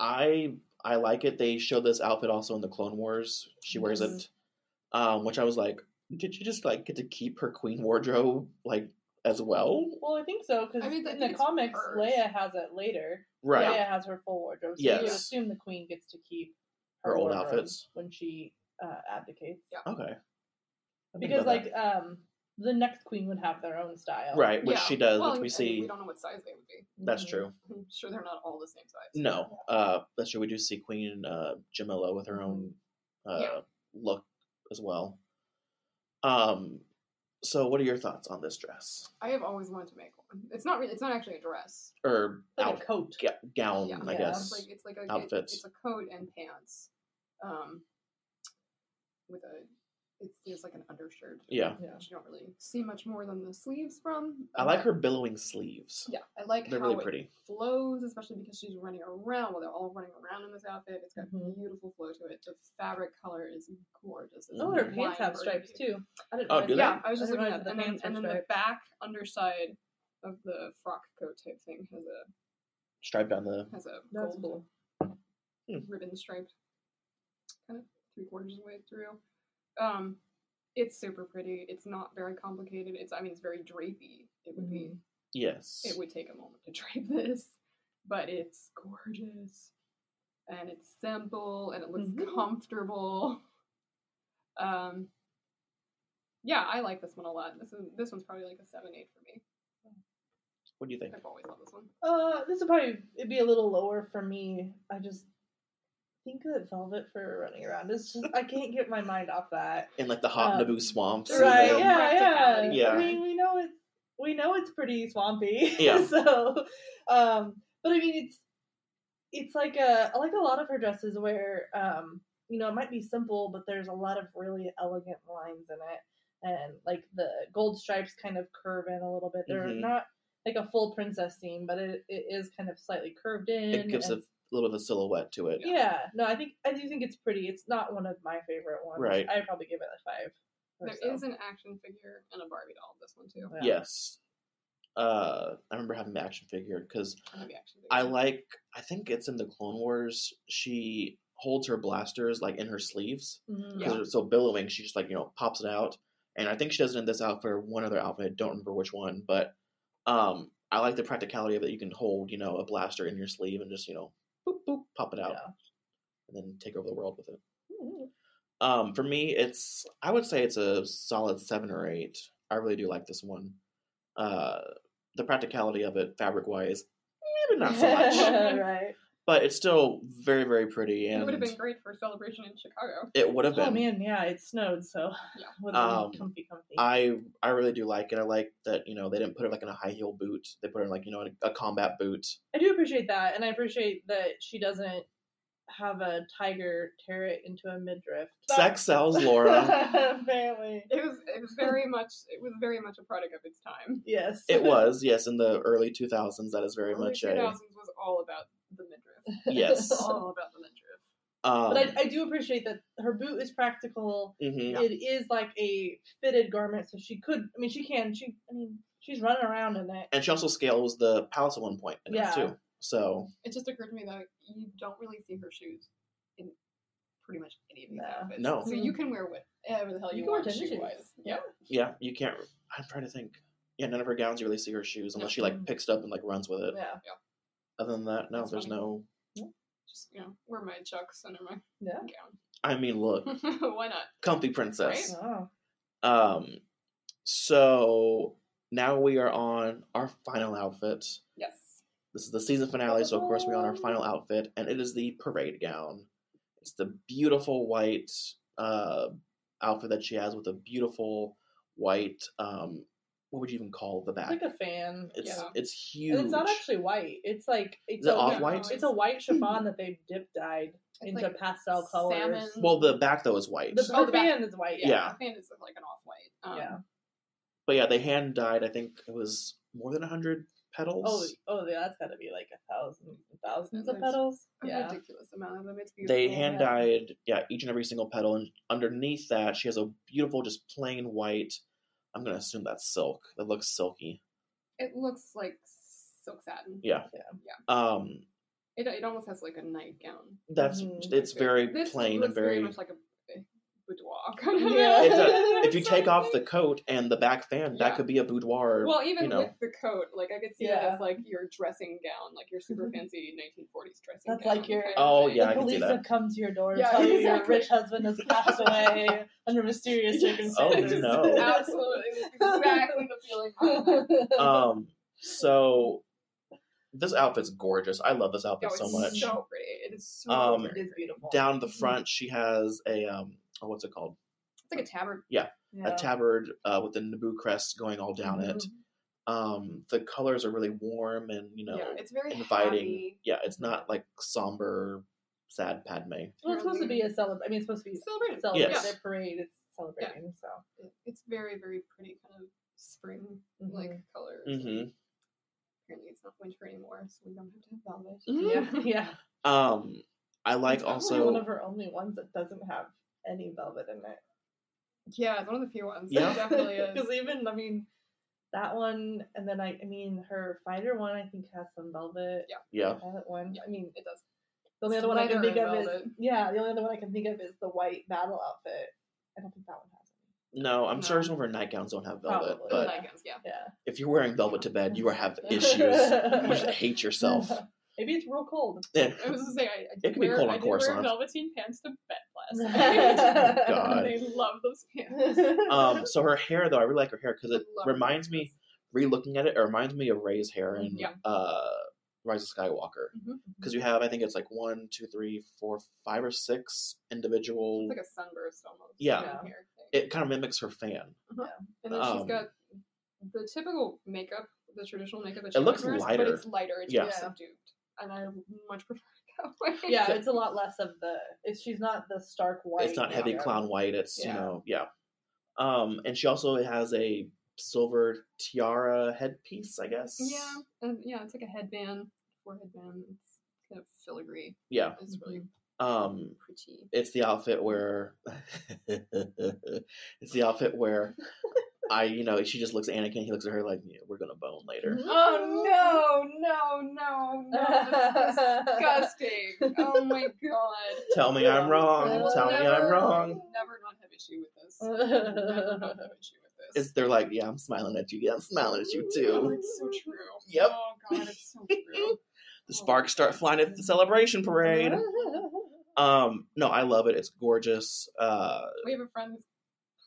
Speaker 3: I I like it. They showed this outfit also in the Clone Wars. She wears
Speaker 6: Yes.
Speaker 3: it,
Speaker 6: Mm-hmm.
Speaker 3: um, which I was like, did she just like get to keep her queen wardrobe like as well?
Speaker 5: Well, I think so because
Speaker 6: I mean, I
Speaker 5: in
Speaker 6: think
Speaker 5: the
Speaker 6: it's
Speaker 5: comics,
Speaker 6: hers.
Speaker 5: Leia has it later.
Speaker 3: Right.
Speaker 5: Leia has her full wardrobe, so you would
Speaker 3: Yes.
Speaker 5: assume the queen gets to keep
Speaker 3: Her old
Speaker 5: wardrobe
Speaker 3: outfits.
Speaker 5: when she uh, abdicates.
Speaker 6: Yeah.
Speaker 3: Okay. I didn't know
Speaker 5: Because
Speaker 3: that.
Speaker 5: like um, the next queen would have their own style, Mm-hmm.
Speaker 3: Right, which she does,
Speaker 6: Well,
Speaker 3: which
Speaker 6: I
Speaker 3: we
Speaker 6: mean,
Speaker 3: see.
Speaker 6: We don't know what size they would be.
Speaker 3: That's true.
Speaker 6: I'm sure they're not all the same size.
Speaker 3: No, uh, that's true. We do see Queen uh, Jamila with her own uh,
Speaker 6: Yeah.
Speaker 3: look as well. Um, so what are your thoughts on this dress
Speaker 6: I have always wanted to make one. It's not really. It's not actually a dress.
Speaker 3: or
Speaker 6: Like a
Speaker 3: outfit-
Speaker 5: coat,
Speaker 3: ga- gown?
Speaker 6: Yeah,
Speaker 3: I
Speaker 6: yeah,
Speaker 3: guess
Speaker 6: It's like, it's like a,
Speaker 3: outfits.
Speaker 6: It's a coat and pants. Um, with a it's just like an undershirt.
Speaker 3: Yeah.
Speaker 6: yeah. You don't really see much more than the sleeves from.
Speaker 3: I like
Speaker 6: but-
Speaker 3: her billowing sleeves.
Speaker 6: Yeah, I like
Speaker 3: They're
Speaker 6: how
Speaker 3: really
Speaker 6: it
Speaker 3: pretty.
Speaker 6: flows, especially because she's running around. Well, they're all running around in this outfit. It's got
Speaker 5: Mm-hmm.
Speaker 6: beautiful flow to it. The fabric color is gorgeous. It's
Speaker 5: Oh, her
Speaker 6: lime
Speaker 5: pants have
Speaker 6: burgundy.
Speaker 5: stripes too. I didn't
Speaker 3: Oh,
Speaker 5: realize
Speaker 3: do they?
Speaker 5: that.
Speaker 6: Yeah, I was just
Speaker 5: didn't
Speaker 6: looking
Speaker 5: realize
Speaker 6: at
Speaker 5: the
Speaker 6: that. And then,
Speaker 5: pants
Speaker 6: and
Speaker 5: were
Speaker 6: then the
Speaker 5: striped.
Speaker 6: back underside of the frock coat type thing has a
Speaker 3: Stripe down the.
Speaker 6: has a
Speaker 5: That's
Speaker 6: gold ribbon striped, kind of three quarters of the way through. Um, it's super pretty. It's not very complicated. It's I mean it's very drapey. It would be
Speaker 5: Mm-hmm.
Speaker 3: Yes.
Speaker 6: it would take a moment to drape this, but it's gorgeous and it's simple and it looks
Speaker 5: Mhm.
Speaker 6: comfortable. Um, yeah, I like this one a lot. This is this one's probably like a seven eight for me.
Speaker 3: What do you think?
Speaker 6: I've always loved this one.
Speaker 5: Uh, this would probably it'd be a little lower for me. I just think that velvet for running around is just I can't get my mind off that.
Speaker 3: In like the hot
Speaker 5: Uh,
Speaker 6: Um,
Speaker 3: Naboo swamps. and
Speaker 5: Right?
Speaker 3: the-
Speaker 5: Yeah, yeah,
Speaker 3: practicality. Yeah.
Speaker 5: I mean, we know it's we know it's pretty swampy.
Speaker 3: Yeah.
Speaker 5: so, um, but I mean, it's it's like a I like a lot of her dresses where um, you know, it might be simple, but there's a lot of really elegant lines in it, and like the gold stripes kind of curve in a little bit. They're
Speaker 3: Mhm.
Speaker 5: not like a full princess theme, but it, it is kind of slightly curved in.
Speaker 3: It gives a
Speaker 5: and-
Speaker 3: little bit of silhouette to it.
Speaker 5: yeah. No, I think I do think it's pretty. It's not one of my favorite ones.
Speaker 3: Right.
Speaker 5: I probably give it a five. or
Speaker 6: There is
Speaker 5: so.
Speaker 6: an action figure and a Barbie doll. in This one too.
Speaker 3: Yes. Uh, I remember having the action figure because
Speaker 6: I love the action figure.
Speaker 3: I like. I think it's in the Clone Wars. She holds her blasters like in her sleeves
Speaker 5: Mhm.
Speaker 3: because it's so billowing. She just like you know pops it out, and I think she does it in this outfit or one other outfit. I don't remember which one, but um, I like the practicality of it. You can hold you know a blaster in your sleeve and just you know boop boop pop it out, and then take over the world with it. Um, for me, it's I would say it's a solid seven or eight. I really do like this one. Uh, the practicality of it, fabric wise, maybe not so much,
Speaker 5: right.
Speaker 3: but it's still very, very pretty, and
Speaker 6: It would have been great for a celebration in Chicago.
Speaker 3: it would have
Speaker 5: Oh
Speaker 3: been.
Speaker 5: man, yeah, it snowed, so would have
Speaker 3: Um,
Speaker 5: been comfy, comfy.
Speaker 3: I I really do like it. I like that you know they didn't put it like in a high heel boot. They put it in like you know in a, a combat boot.
Speaker 5: I do appreciate that, and I appreciate that she doesn't have a tiger tear it into a midriff.
Speaker 3: Sex sells, Laura.
Speaker 5: Apparently,
Speaker 6: It was it was very much it was very much a product of its time.
Speaker 5: yes,
Speaker 3: it was yes in the early two thousands. That is very
Speaker 6: Early
Speaker 3: much
Speaker 6: 2000s
Speaker 3: a
Speaker 6: was all about the midriff.
Speaker 3: Yes.
Speaker 6: all about the midriff.
Speaker 3: um,
Speaker 5: but I, I do appreciate that her boot is practical.
Speaker 3: Mhm.
Speaker 5: It is like a fitted garment, so she could. I mean, she can. She. I mean, she's running around in it.
Speaker 3: and she also scales the palace at one point in
Speaker 5: Yeah.
Speaker 3: it too. So
Speaker 6: It just occurred to me that you don't really see her shoes in pretty much any of these outfits.
Speaker 3: No.
Speaker 6: So you can wear whatever the hell
Speaker 5: You
Speaker 6: you,
Speaker 5: can wear
Speaker 6: want
Speaker 5: tennis shoes.
Speaker 6: shoe wise. Yeah.
Speaker 3: yeah, you can't. I'm trying to think. Yeah, none of her gowns you really see her shoes unless she like picks it up and like runs with it.
Speaker 5: Yeah.
Speaker 6: Yeah.
Speaker 3: Other than that, no,
Speaker 6: That's
Speaker 3: there's
Speaker 6: funny.
Speaker 3: no.
Speaker 6: Just you know, wear my chucks under my
Speaker 5: Yeah.
Speaker 3: I mean, look,
Speaker 6: gown. Why not?
Speaker 3: comfy princess.
Speaker 5: Oh.
Speaker 3: Um, so now we are on our final outfit.
Speaker 6: Yes.
Speaker 3: This is the season finale, so of course we're on our final outfit, and it is the parade gown. It's the beautiful white uh, outfit that she has with a beautiful white. Um, what would you even call the back?
Speaker 5: It's like a fan.
Speaker 3: it's
Speaker 5: yeah.
Speaker 3: it's huge.
Speaker 5: And it's not actually white. It's like it's
Speaker 3: Is it
Speaker 5: a-
Speaker 3: off-white?
Speaker 5: It's a white chiffon that they've dip dyed into
Speaker 6: Hmm. like
Speaker 5: pastel colors.
Speaker 6: salmon.
Speaker 3: well, the back though is white.
Speaker 5: The,
Speaker 6: Oh,
Speaker 5: her
Speaker 6: the back-
Speaker 5: fan is white.
Speaker 3: Yeah.
Speaker 6: The fan is like an off white. Um,
Speaker 5: Yeah.
Speaker 3: But yeah, they hand dyed. I think it was more than hundred petals.
Speaker 5: Oh, oh, yeah, that's got to be like a thousand, thousands of
Speaker 6: There's
Speaker 5: petals.
Speaker 6: A
Speaker 5: Yeah.
Speaker 6: ridiculous amount of them. It's beautiful.
Speaker 3: they hand dyed, yeah, each and every single petal, and underneath that, she has a beautiful, just plain white. I'm gonna assume that's silk. That looks silky.
Speaker 6: It looks like silk satin.
Speaker 3: Yeah.
Speaker 5: Yeah.
Speaker 3: Um,
Speaker 6: It, it almost has like a nightgown.
Speaker 3: that's
Speaker 5: Mhm.
Speaker 3: it's very
Speaker 6: This
Speaker 3: plain
Speaker 6: looks
Speaker 3: and very.
Speaker 6: very much like a boudoir. Kind of
Speaker 5: Yeah.
Speaker 3: It does- if you take off the coat and the back fan, that
Speaker 6: Yeah.
Speaker 3: could be a boudoir.
Speaker 6: Well, even
Speaker 3: you know,
Speaker 6: with the coat, like I could see
Speaker 5: Yeah.
Speaker 6: it as like your dressing gown, like your super fancy 1940s dressing
Speaker 5: That's
Speaker 6: gown.
Speaker 5: like your.
Speaker 6: kind of
Speaker 3: Oh,
Speaker 6: thing.
Speaker 3: yeah,
Speaker 5: the
Speaker 3: I can see
Speaker 5: police
Speaker 3: that.
Speaker 5: have come to your door and
Speaker 6: Yeah,
Speaker 5: tell you your
Speaker 6: exactly.
Speaker 5: rich husband has passed away under mysterious circumstances.
Speaker 3: Oh, no.
Speaker 6: Absolutely, exactly the feeling. I had.
Speaker 3: um, so this outfit's gorgeous. I love this
Speaker 6: No,
Speaker 3: outfit
Speaker 6: Oh, it's
Speaker 3: so much.
Speaker 6: So pretty. It is so.
Speaker 3: Um,
Speaker 6: very
Speaker 5: It is
Speaker 6: pretty.
Speaker 5: beautiful.
Speaker 3: Down the front, she has a um, oh, what's it called?
Speaker 6: It's like a tabard.
Speaker 5: Yeah.
Speaker 3: a tabard uh, with the Naboo crest going all down it. Um, the colors are really warm and you know
Speaker 6: yeah, it's very
Speaker 3: inviting.
Speaker 6: happy.
Speaker 3: Yeah, it's not like somber sad Padme.
Speaker 5: Well, it's supposed to be a celebration. I mean, it's supposed to be
Speaker 6: Celebrating.
Speaker 5: celebrate
Speaker 3: Yes.
Speaker 5: their parade. It's celebrating. So
Speaker 6: It- It's very, very pretty kind of spring like
Speaker 5: Mm-hmm.
Speaker 6: colors.
Speaker 3: Mhm.
Speaker 6: Apparently, it's not winter anymore, so we don't have to have velvet.
Speaker 5: yeah, yeah.
Speaker 3: Um, I like
Speaker 5: Probably
Speaker 3: also.
Speaker 5: one of her only ones that doesn't have any velvet in it.
Speaker 6: Yeah, it's one of the few ones.
Speaker 3: Yeah.
Speaker 6: It definitely is.
Speaker 5: Because even I mean that one, and then I I mean her fighter one I think has some velvet. Yeah.
Speaker 3: Yeah.
Speaker 5: Pilot one. I mean
Speaker 6: it does.
Speaker 5: The only other one I can
Speaker 6: Lighter
Speaker 5: think of
Speaker 6: in
Speaker 5: is
Speaker 6: velvet.
Speaker 5: yeah. The only other one I can think of is the white battle outfit. I don't think that one has.
Speaker 3: no, I'm sure some of her nightgowns don't have velvet,
Speaker 5: Probably.
Speaker 3: but
Speaker 6: Nightgowns, yeah.
Speaker 5: Yeah.
Speaker 3: if you're wearing velvet to bed, you are have issues. you should hate yourself.
Speaker 5: Maybe it's real cold.
Speaker 3: Yeah.
Speaker 6: I was gonna say I, I
Speaker 3: It
Speaker 6: did
Speaker 3: can be
Speaker 6: wear,
Speaker 3: cold on
Speaker 6: I did
Speaker 3: Coruscant.
Speaker 6: wear velveteen pants to bed last night.
Speaker 3: God.
Speaker 6: They love those pants.
Speaker 3: Um, so her hair though, I really like her hair because it
Speaker 6: love
Speaker 3: reminds me, re-looking at it, it reminds me of Ray's hair in
Speaker 6: Yeah.
Speaker 3: uh, Rise of Skywalker. Because you have, I think it's like one, two, three, four, five or six individual.
Speaker 6: It's like a sunburst almost.
Speaker 3: yeah,
Speaker 6: kind of hair thing.
Speaker 3: it kind of mimics her fan.
Speaker 6: Uh-huh. And then
Speaker 3: Um,
Speaker 6: she's got the typical makeup, the traditional makeup. That
Speaker 3: It
Speaker 6: she
Speaker 3: looks
Speaker 6: wears,
Speaker 3: lighter.
Speaker 6: but it's lighter. It's
Speaker 3: Yeah.
Speaker 6: more
Speaker 3: Yeah.
Speaker 6: subdued, and I much prefer it that way.
Speaker 5: Yeah, it's a lot less of the. It's, she's not the stark white.
Speaker 3: it's not heavy
Speaker 5: now.
Speaker 3: clown white. It's you
Speaker 5: Yeah.
Speaker 3: know, yeah. Um, and she also has a silver tiara headpiece, I guess.
Speaker 6: yeah, and yeah, it's like a headband, forehead band. It's kind of filigree.
Speaker 3: Yeah.
Speaker 6: it's really
Speaker 3: Um,
Speaker 6: pretty.
Speaker 3: it's the outfit where it's the outfit where I, you know, she just looks at Anakin. He looks at her like, yeah, "We're gonna bone later."
Speaker 6: Oh no, no, no, no! Oh, That's disgusting. Oh my god.
Speaker 3: Tell me I'm wrong.
Speaker 6: We'll
Speaker 3: Tell me
Speaker 6: never-
Speaker 3: I'm wrong.
Speaker 6: Never not have issue with this. Never not have issue with this.
Speaker 3: It's they're like, "Yeah, I'm smiling at you. Yeah, I'm smiling at you
Speaker 6: Oh,
Speaker 3: too."
Speaker 6: it's so true.
Speaker 3: Yep.
Speaker 6: Oh god, it's so true.
Speaker 3: The sparks start flying at the celebration parade. Um, no, I love it. It's gorgeous. Uh,
Speaker 6: we have a friend who's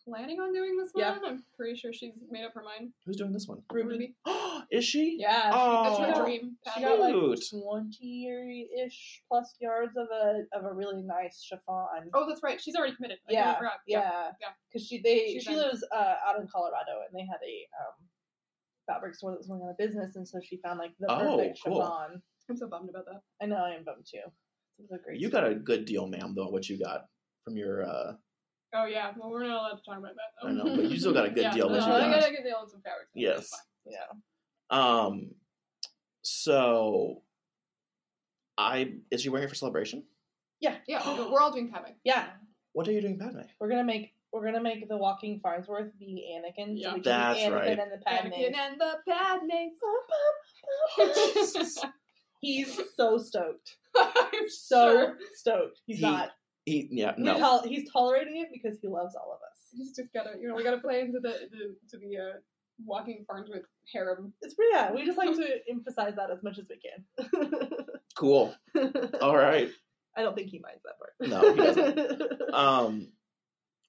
Speaker 6: planning on doing this one.
Speaker 5: Yeah.
Speaker 6: I'm pretty sure she's made up her mind.
Speaker 3: who's doing this one?
Speaker 6: Ruby.
Speaker 3: Is she?
Speaker 5: Yeah,
Speaker 3: Oh,
Speaker 6: That's her dream.
Speaker 5: She got like
Speaker 3: Cute.
Speaker 5: twenty-ish plus yards of a of a really nice chiffon.
Speaker 6: Oh, that's right. She's already committed. I
Speaker 5: yeah,
Speaker 6: totally forgot.
Speaker 5: yeah,
Speaker 6: yeah.
Speaker 5: Because she they
Speaker 6: She's
Speaker 5: she
Speaker 6: done.
Speaker 5: lives uh, out in Colorado, and they had a um, fabric store that was going out of business, and so she found like the
Speaker 3: Oh,
Speaker 5: perfect
Speaker 3: cool.
Speaker 5: chiffon.
Speaker 6: I'm so bummed about that.
Speaker 5: I know, I am bummed too. It was a great
Speaker 3: You got a good deal, ma'am. Though what you got from your uh,
Speaker 6: Oh yeah. Well, we're not allowed to talk about that.
Speaker 3: I know, but you still got a good
Speaker 6: yeah.
Speaker 3: deal
Speaker 6: No,
Speaker 3: that you
Speaker 6: I
Speaker 3: got.
Speaker 6: got a good deal on some fabrics.
Speaker 3: yes.
Speaker 5: yeah.
Speaker 3: Um. So, I is she wearing it for celebration?
Speaker 5: Yeah,
Speaker 6: yeah. but We're all doing Padme.
Speaker 5: yeah.
Speaker 3: What are you doing, Padme?
Speaker 5: We're gonna make we're gonna make the walking Farnsworth be Anakin.
Speaker 6: Yeah.
Speaker 5: so we can be
Speaker 3: That's
Speaker 5: Anakin
Speaker 3: right.
Speaker 5: and the Padme.
Speaker 6: Anakin and the Padme.
Speaker 5: He's so stoked. so stoked. He's
Speaker 3: He-
Speaker 5: not.
Speaker 3: He, yeah,
Speaker 5: We
Speaker 3: no.
Speaker 5: tol- he's tolerating it because he loves all of us.
Speaker 6: He's just gotta, you know, we gotta play into the, the to the uh, walking Farnsworth harem.
Speaker 5: It's yeah. We just like to emphasize that as much as we can.
Speaker 3: cool. All right.
Speaker 5: I don't think he minds that part.
Speaker 3: No, he doesn't. Um,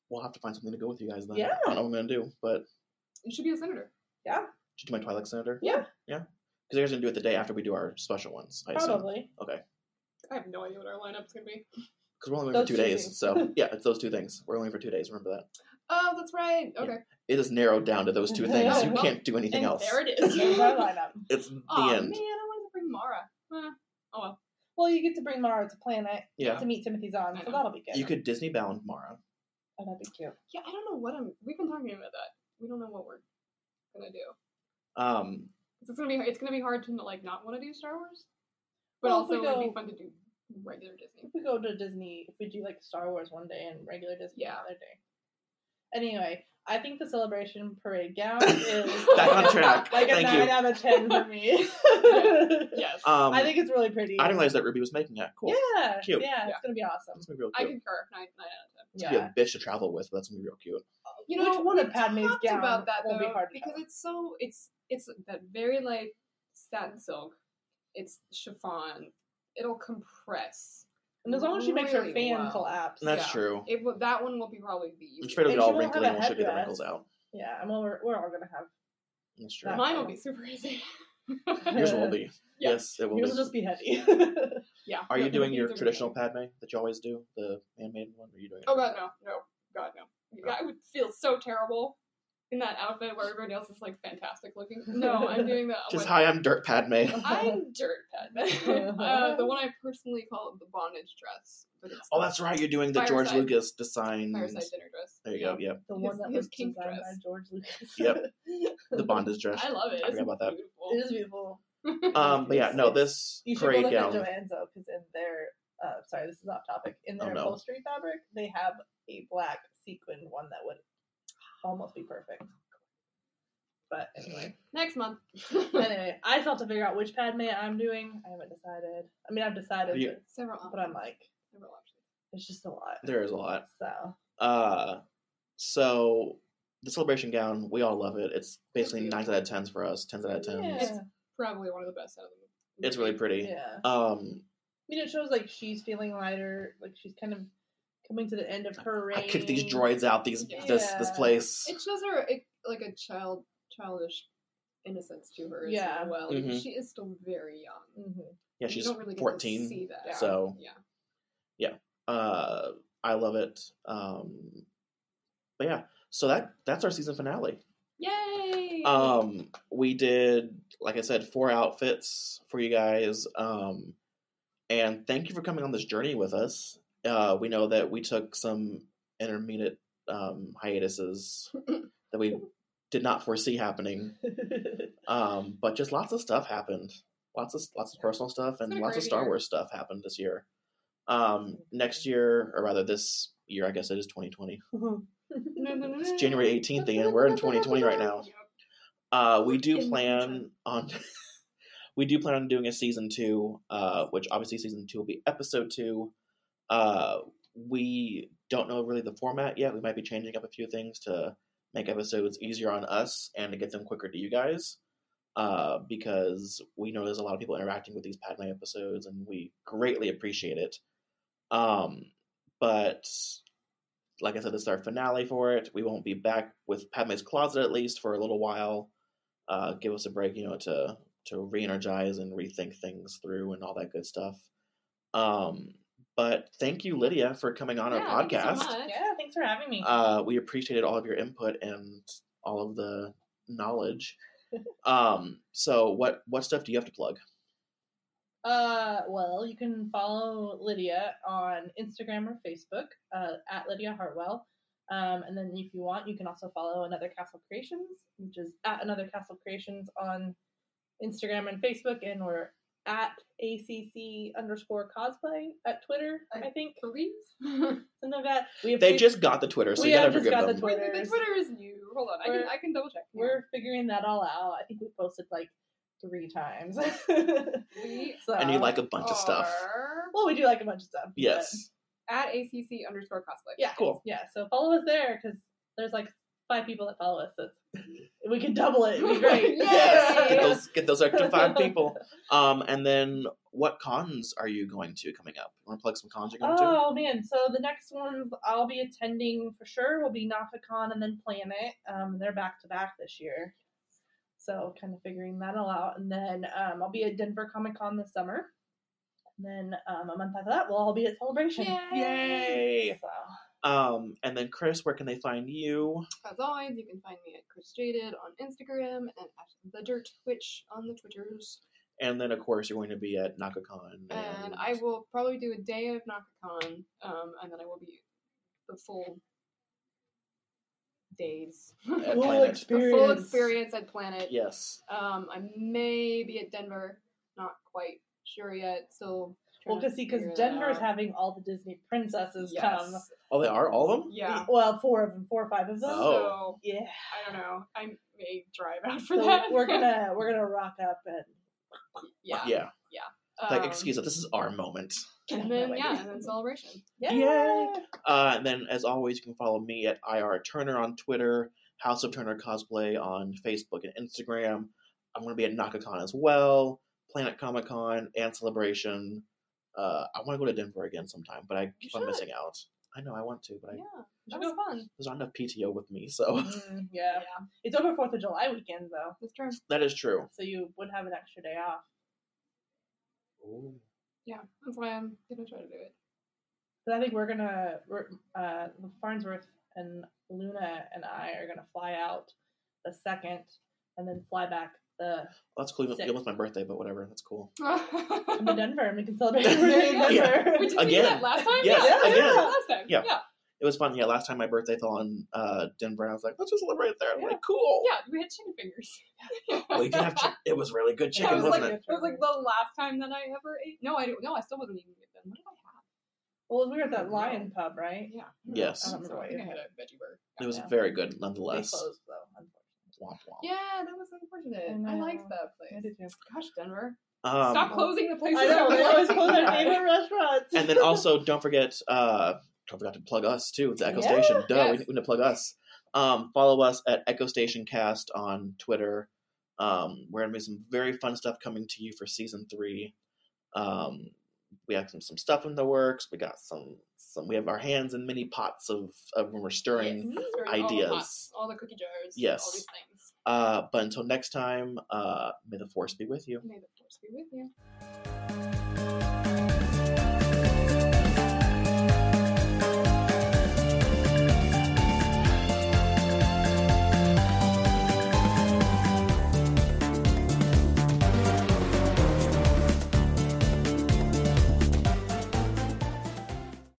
Speaker 3: we'll have to find something to go with you guys then.
Speaker 5: Yeah.
Speaker 3: I don't know what I'm gonna do, but
Speaker 6: You should be a senator.
Speaker 5: yeah,
Speaker 3: should I do my Twilight Senator.
Speaker 5: Yeah.
Speaker 3: yeah. Because they're gonna do it the day after we do our special ones. I assume.
Speaker 5: Probably.
Speaker 3: Okay.
Speaker 6: I have no idea what our lineup's gonna be.
Speaker 3: Because we're only going for two
Speaker 5: Those two
Speaker 3: days,
Speaker 5: things.
Speaker 3: so yeah, it's those two things. We're only for two days. Remember that.
Speaker 6: Oh, that's right. Okay.
Speaker 3: It is narrowed down to those two
Speaker 5: Yeah,
Speaker 3: things. You
Speaker 6: well,
Speaker 3: can't do anything
Speaker 6: and
Speaker 3: else.
Speaker 6: There it is.
Speaker 5: Here's our lineup.
Speaker 3: It's the
Speaker 6: Aw,
Speaker 3: end.
Speaker 6: Oh, man, I wanted to bring Mara. Eh, oh well.
Speaker 5: Well, you get to bring Mara to planet
Speaker 3: Yeah.
Speaker 5: to meet Timothy
Speaker 6: I
Speaker 5: Zahn, so
Speaker 6: know.
Speaker 5: that'll be good.
Speaker 3: You could Disney bound Mara.
Speaker 5: Oh, that'd be cute.
Speaker 6: Yeah, I don't know what I'm. We've been talking about that. We don't know what we're gonna do.
Speaker 3: Um,
Speaker 6: 'Cause It's gonna be it's gonna be hard to like not want to do Star Wars, but
Speaker 5: Well, if
Speaker 6: also
Speaker 5: we
Speaker 6: it'd
Speaker 5: go-
Speaker 6: be fun to do regular Disney.
Speaker 5: If we go to Disney, if we do like Star Wars one day and regular Disney
Speaker 6: Yeah.
Speaker 5: another day. Anyway, I think the celebration parade gown is
Speaker 3: Back on track.
Speaker 5: Like a
Speaker 3: Thank
Speaker 5: nine
Speaker 3: you.
Speaker 5: out of ten for me.
Speaker 6: Yes,
Speaker 3: Um,
Speaker 5: I think it's really pretty.
Speaker 3: I didn't realize that Ruby was making that. Cool.
Speaker 5: Yeah,
Speaker 3: Cute.
Speaker 5: yeah,
Speaker 6: Yeah.
Speaker 5: it's gonna be awesome.
Speaker 3: That's gonna be real
Speaker 6: I
Speaker 3: cute.
Speaker 6: concur. Nine nine out of ten.
Speaker 3: It's
Speaker 5: Yeah,
Speaker 3: gonna be a bitch to travel with, but that's gonna be real cute.
Speaker 6: You know,
Speaker 5: Which one
Speaker 6: we
Speaker 5: of Padme's
Speaker 6: talked
Speaker 5: gown
Speaker 6: about that
Speaker 5: will
Speaker 6: though,
Speaker 5: be hard to
Speaker 6: because
Speaker 5: tell.
Speaker 6: it's so it's it's that very light satin silk. It's chiffon. It'll compress.
Speaker 5: and as long as she makes her
Speaker 6: really
Speaker 5: fan
Speaker 6: well.
Speaker 5: collapse,
Speaker 3: That's true.
Speaker 6: It will, that one will be probably the
Speaker 3: I'm
Speaker 6: easiest.
Speaker 3: afraid it'll
Speaker 5: And
Speaker 3: get
Speaker 5: she
Speaker 3: all
Speaker 5: won't have
Speaker 3: wrinkly
Speaker 5: a
Speaker 3: and we'll should get the
Speaker 5: headdress.
Speaker 3: wrinkles out.
Speaker 5: yeah, I'm all, we're all gonna have.
Speaker 3: That's true.
Speaker 5: Not-
Speaker 6: Mine will be super easy.
Speaker 3: Yours will be. Yes, it will
Speaker 5: Yours
Speaker 3: be.
Speaker 5: will just be heavy.
Speaker 6: Yeah.
Speaker 3: Are
Speaker 6: no,
Speaker 3: you
Speaker 6: no,
Speaker 3: doing
Speaker 6: these
Speaker 3: your
Speaker 6: are gonna
Speaker 3: traditional
Speaker 6: be-
Speaker 3: Padme that you always do, the handmade one? Or are you doing? it?
Speaker 6: Oh god, no, no, god, no. I would feel so terrible in that outfit where everybody else is like fantastic looking. No, I'm doing the
Speaker 3: Just
Speaker 6: one-
Speaker 3: hi, I'm Dirt Padme.
Speaker 6: I'm dirt Padme. uh, the one I personally call the bondage dress. But it's
Speaker 3: Oh, that's right. You're doing the George
Speaker 6: Fireside-
Speaker 3: Lucas design.
Speaker 6: Fireside dinner dress.
Speaker 3: There you go. Yep.
Speaker 5: The one
Speaker 6: His-
Speaker 5: that
Speaker 6: his
Speaker 5: was
Speaker 6: kink
Speaker 5: designed by
Speaker 6: dress.
Speaker 5: George Lucas.
Speaker 3: Yep. The bondage dress.
Speaker 5: I love it.
Speaker 3: I forgot about that.
Speaker 5: It is beautiful.
Speaker 3: Um, but yeah, no, this
Speaker 5: You should go
Speaker 3: parade
Speaker 5: look at
Speaker 3: gown.
Speaker 5: Joanne's though, because in their uh, sorry, this is off topic. In their
Speaker 3: Oh, no.
Speaker 5: upholstery fabric, they have a black sequined one that would almost be perfect. But anyway,
Speaker 6: next month.
Speaker 5: anyway, I still have to figure out which Padme I'm doing. I haven't decided. I mean, I've decided,
Speaker 3: You-
Speaker 5: but, but I'm like, it's just a lot.
Speaker 3: There is a lot.
Speaker 5: So
Speaker 3: Uh, so the celebration gown, we all love it. It's basically nines out of tens for us, tens out of tens.
Speaker 5: Yeah.
Speaker 6: It's probably one of the best out of the
Speaker 3: It's really pretty.
Speaker 5: Yeah.
Speaker 3: Um,
Speaker 5: I mean, it shows like she's feeling lighter, like she's kind of coming to the end of her reign.
Speaker 3: I kicked these droids out. These this this
Speaker 5: Yeah.
Speaker 3: place.
Speaker 6: It shows her it, like a child, childish innocence to her.
Speaker 5: Yeah.
Speaker 6: as well,
Speaker 3: Mhm.
Speaker 6: she is still very young.
Speaker 3: Yeah,
Speaker 6: You
Speaker 3: she's
Speaker 6: don't really get to
Speaker 3: 14,
Speaker 6: see that.
Speaker 3: Yeah. so-
Speaker 6: yeah,
Speaker 3: yeah uh i love it um but yeah so that that's our season finale
Speaker 6: yay!
Speaker 3: um we did like i said four outfits for you guys um and thank you for coming on this journey with us uh we know that we took some intermittent um hiatuses that we did not foresee happening
Speaker 5: Mm-hmm.
Speaker 3: um but just lots of stuff happened lots of lots of personal stuff and
Speaker 6: been a
Speaker 3: lots of
Speaker 6: great
Speaker 3: star
Speaker 6: year.
Speaker 3: wars stuff happened this year um next year or rather this year i guess it is 2020
Speaker 5: Mm-hmm.
Speaker 3: it's January 18th and we're in 2020 right now. Uh, we do plan on we do plan on doing a season two, uh, which obviously season two will be episode two. Uh, we don't know really the format yet. We might be changing up a few things to make episodes easier on us and to get them quicker to you guys. Uh, because we know there's a lot of people interacting with these Padme episodes, and we greatly appreciate it. Um, but like I said, this is our finale for it. We won't be back with Padme's Closet at least for a little while. Uh, give us a break, you know, to to re-energize and rethink things through and all that good stuff. Um, but thank you, Lydia, for coming on our
Speaker 5: thank you so
Speaker 3: podcast.
Speaker 5: much. Yeah, thanks for having me.
Speaker 3: Uh, we appreciated all of your input and all of the knowledge. um, so what what stuff do you have to plug?
Speaker 5: Uh, well, you can follow Lydia on Instagram or Facebook uh, at Lydia Hartwell. Um, and then if you want, you can also follow Another Castle Creations, which is at Another Castle Creations on Instagram and Facebook. And we're at ACC underscore cosplay at Twitter, I, think.
Speaker 6: Believe
Speaker 5: Something like that. We
Speaker 3: They just got the Twitter, so
Speaker 5: we
Speaker 3: you gotta
Speaker 5: have just
Speaker 3: forgive
Speaker 5: got
Speaker 3: them.
Speaker 5: the
Speaker 6: Wait, the-
Speaker 5: Twitters.
Speaker 6: the Twitter is new. Hold on, I can,
Speaker 5: We're-
Speaker 6: I can double check. Hang on.
Speaker 5: We're figuring that all out. I think we posted like three times.
Speaker 6: We
Speaker 5: so,
Speaker 3: and you like a bunch of stuff.
Speaker 6: are
Speaker 5: Well, we do like a bunch of stuff. but-
Speaker 3: Yes.
Speaker 6: at ACC underscore cosplay.
Speaker 5: Yeah.
Speaker 3: Cool.
Speaker 5: Yeah. So follow us there because there's like five people that follow us. So it's- we can double it. It'd be great.
Speaker 3: Yes, get those get those extra five people. Um, and then what cons are you going to coming up? Want to plug some cons you're going to?
Speaker 5: Oh man! So the next ones I'll be attending for sure will be NakaCon and then Planet. Um, they're back to back this year, so kind of figuring that all out. And then um, I'll be at Denver Comic Con this summer. And then um, a month after that, we'll all be at Celebration.
Speaker 3: Yay! Yay!
Speaker 5: So
Speaker 3: Um, and then Chris, where can they find you?
Speaker 6: As always, you can find me at Chris Jaded on Instagram and at the Dirt Twitch on the Twitters.
Speaker 3: And then of course you're going to be at NakaCon.
Speaker 6: And I will probably do a day of NakaCon, um, and then I will be the full days.
Speaker 3: At
Speaker 5: Full
Speaker 3: Planet.
Speaker 6: The full
Speaker 5: experience.
Speaker 6: experience at Planet.
Speaker 3: Yes.
Speaker 6: Um, I may be at Denver. Not quite sure yet. Still.
Speaker 5: well,
Speaker 6: trying to
Speaker 5: because see, because
Speaker 6: figure that
Speaker 5: Denver's
Speaker 6: out.
Speaker 5: having all the Disney princesses
Speaker 6: Yes.
Speaker 5: come.
Speaker 3: Oh, they are all of them.
Speaker 6: Yeah.
Speaker 5: Well, four of them, four or five of them.
Speaker 3: Oh.
Speaker 6: So
Speaker 5: Yeah.
Speaker 6: I don't know. I may drive out for
Speaker 5: So
Speaker 6: that.
Speaker 5: we're gonna we're gonna rock up and
Speaker 6: Yeah.
Speaker 3: Yeah.
Speaker 6: Yeah.
Speaker 3: Like,
Speaker 6: Um,
Speaker 3: excuse us, this is our moment.
Speaker 6: And then yeah, and then celebration.
Speaker 5: yeah.
Speaker 3: Uh, and then, as always, you can follow me at IR Turner on Twitter, House of Turner Cosplay on Facebook and Instagram. I'm going to be at NakaCon as well, Planet Comic Con, and Celebration. Uh, I want to go to Denver again sometime, but I keep on
Speaker 6: should.
Speaker 3: missing out. I know I want to, but I,
Speaker 6: Yeah, that was fun.
Speaker 3: there's not enough PTO with me, so
Speaker 5: Mm, yeah. It's over Fourth of July weekend though,
Speaker 6: This term.
Speaker 3: that is true.
Speaker 5: so you would have an extra day off.
Speaker 6: Yeah, that's why I'm gonna try to do it.
Speaker 5: But I think we're gonna we're, uh, Farnsworth and Luna and I are gonna fly out the second, and then fly back the.
Speaker 3: That's cool. It's
Speaker 5: sixth.
Speaker 3: almost my birthday, but whatever. That's cool.
Speaker 5: I'm in Denver. and we can celebrate my birthday in Denver.
Speaker 3: Yeah.
Speaker 6: Wait, did we do
Speaker 3: Again.
Speaker 6: that last time?
Speaker 3: Yeah,
Speaker 6: Yeah, we did
Speaker 3: again.
Speaker 6: that last time.
Speaker 3: Yeah.
Speaker 6: Yeah.
Speaker 3: It was fun. Yeah, last time my birthday fell on uh, Denver, and I was like, let's just celebrate there. I'm like, cool.
Speaker 6: Yeah, we had chicken fingers.
Speaker 3: Well, you Oh, did have chi- it was really good
Speaker 6: I
Speaker 3: chicken,
Speaker 6: was
Speaker 3: wasn't
Speaker 6: like,
Speaker 3: it?
Speaker 6: was like the last time that I ever ate. No, I don't. No, I still wasn't eating it then. What did I have?
Speaker 5: Well, we were at that Lion Pub, right?
Speaker 6: Yeah.
Speaker 3: Yes.
Speaker 5: I don't remember
Speaker 6: So I
Speaker 5: what you
Speaker 6: think I
Speaker 5: had.
Speaker 6: had a veggie burger.
Speaker 3: Mm-hmm. It was
Speaker 5: Yeah.
Speaker 3: very good,
Speaker 5: They
Speaker 3: nonetheless.
Speaker 5: closed though, unfortunately.
Speaker 3: Womp womp.
Speaker 6: Yeah, that was unfortunate. I, liked that place. Gosh, Denver.
Speaker 3: Um,
Speaker 6: Stop closing the places.
Speaker 5: I
Speaker 6: that
Speaker 5: know,
Speaker 6: we
Speaker 5: they
Speaker 6: like.
Speaker 5: always close our favorite restaurants.
Speaker 3: and then also don't forget uh don't forget to plug us too it's echo
Speaker 5: Yeah.
Speaker 3: station duh we,
Speaker 5: Yes.
Speaker 3: we need to plug us um follow us at echo station cast on twitter um we're gonna be some very fun stuff coming to you for season three um we have some, some stuff in the works we got some some we have our hands in many pots of, of when we're stirring
Speaker 6: Yes. All the
Speaker 3: ideas
Speaker 6: pots, all the cookie jars. All
Speaker 3: Yes.
Speaker 6: these things.
Speaker 3: uh but until next time uh may the force be with you
Speaker 6: May the force be with you.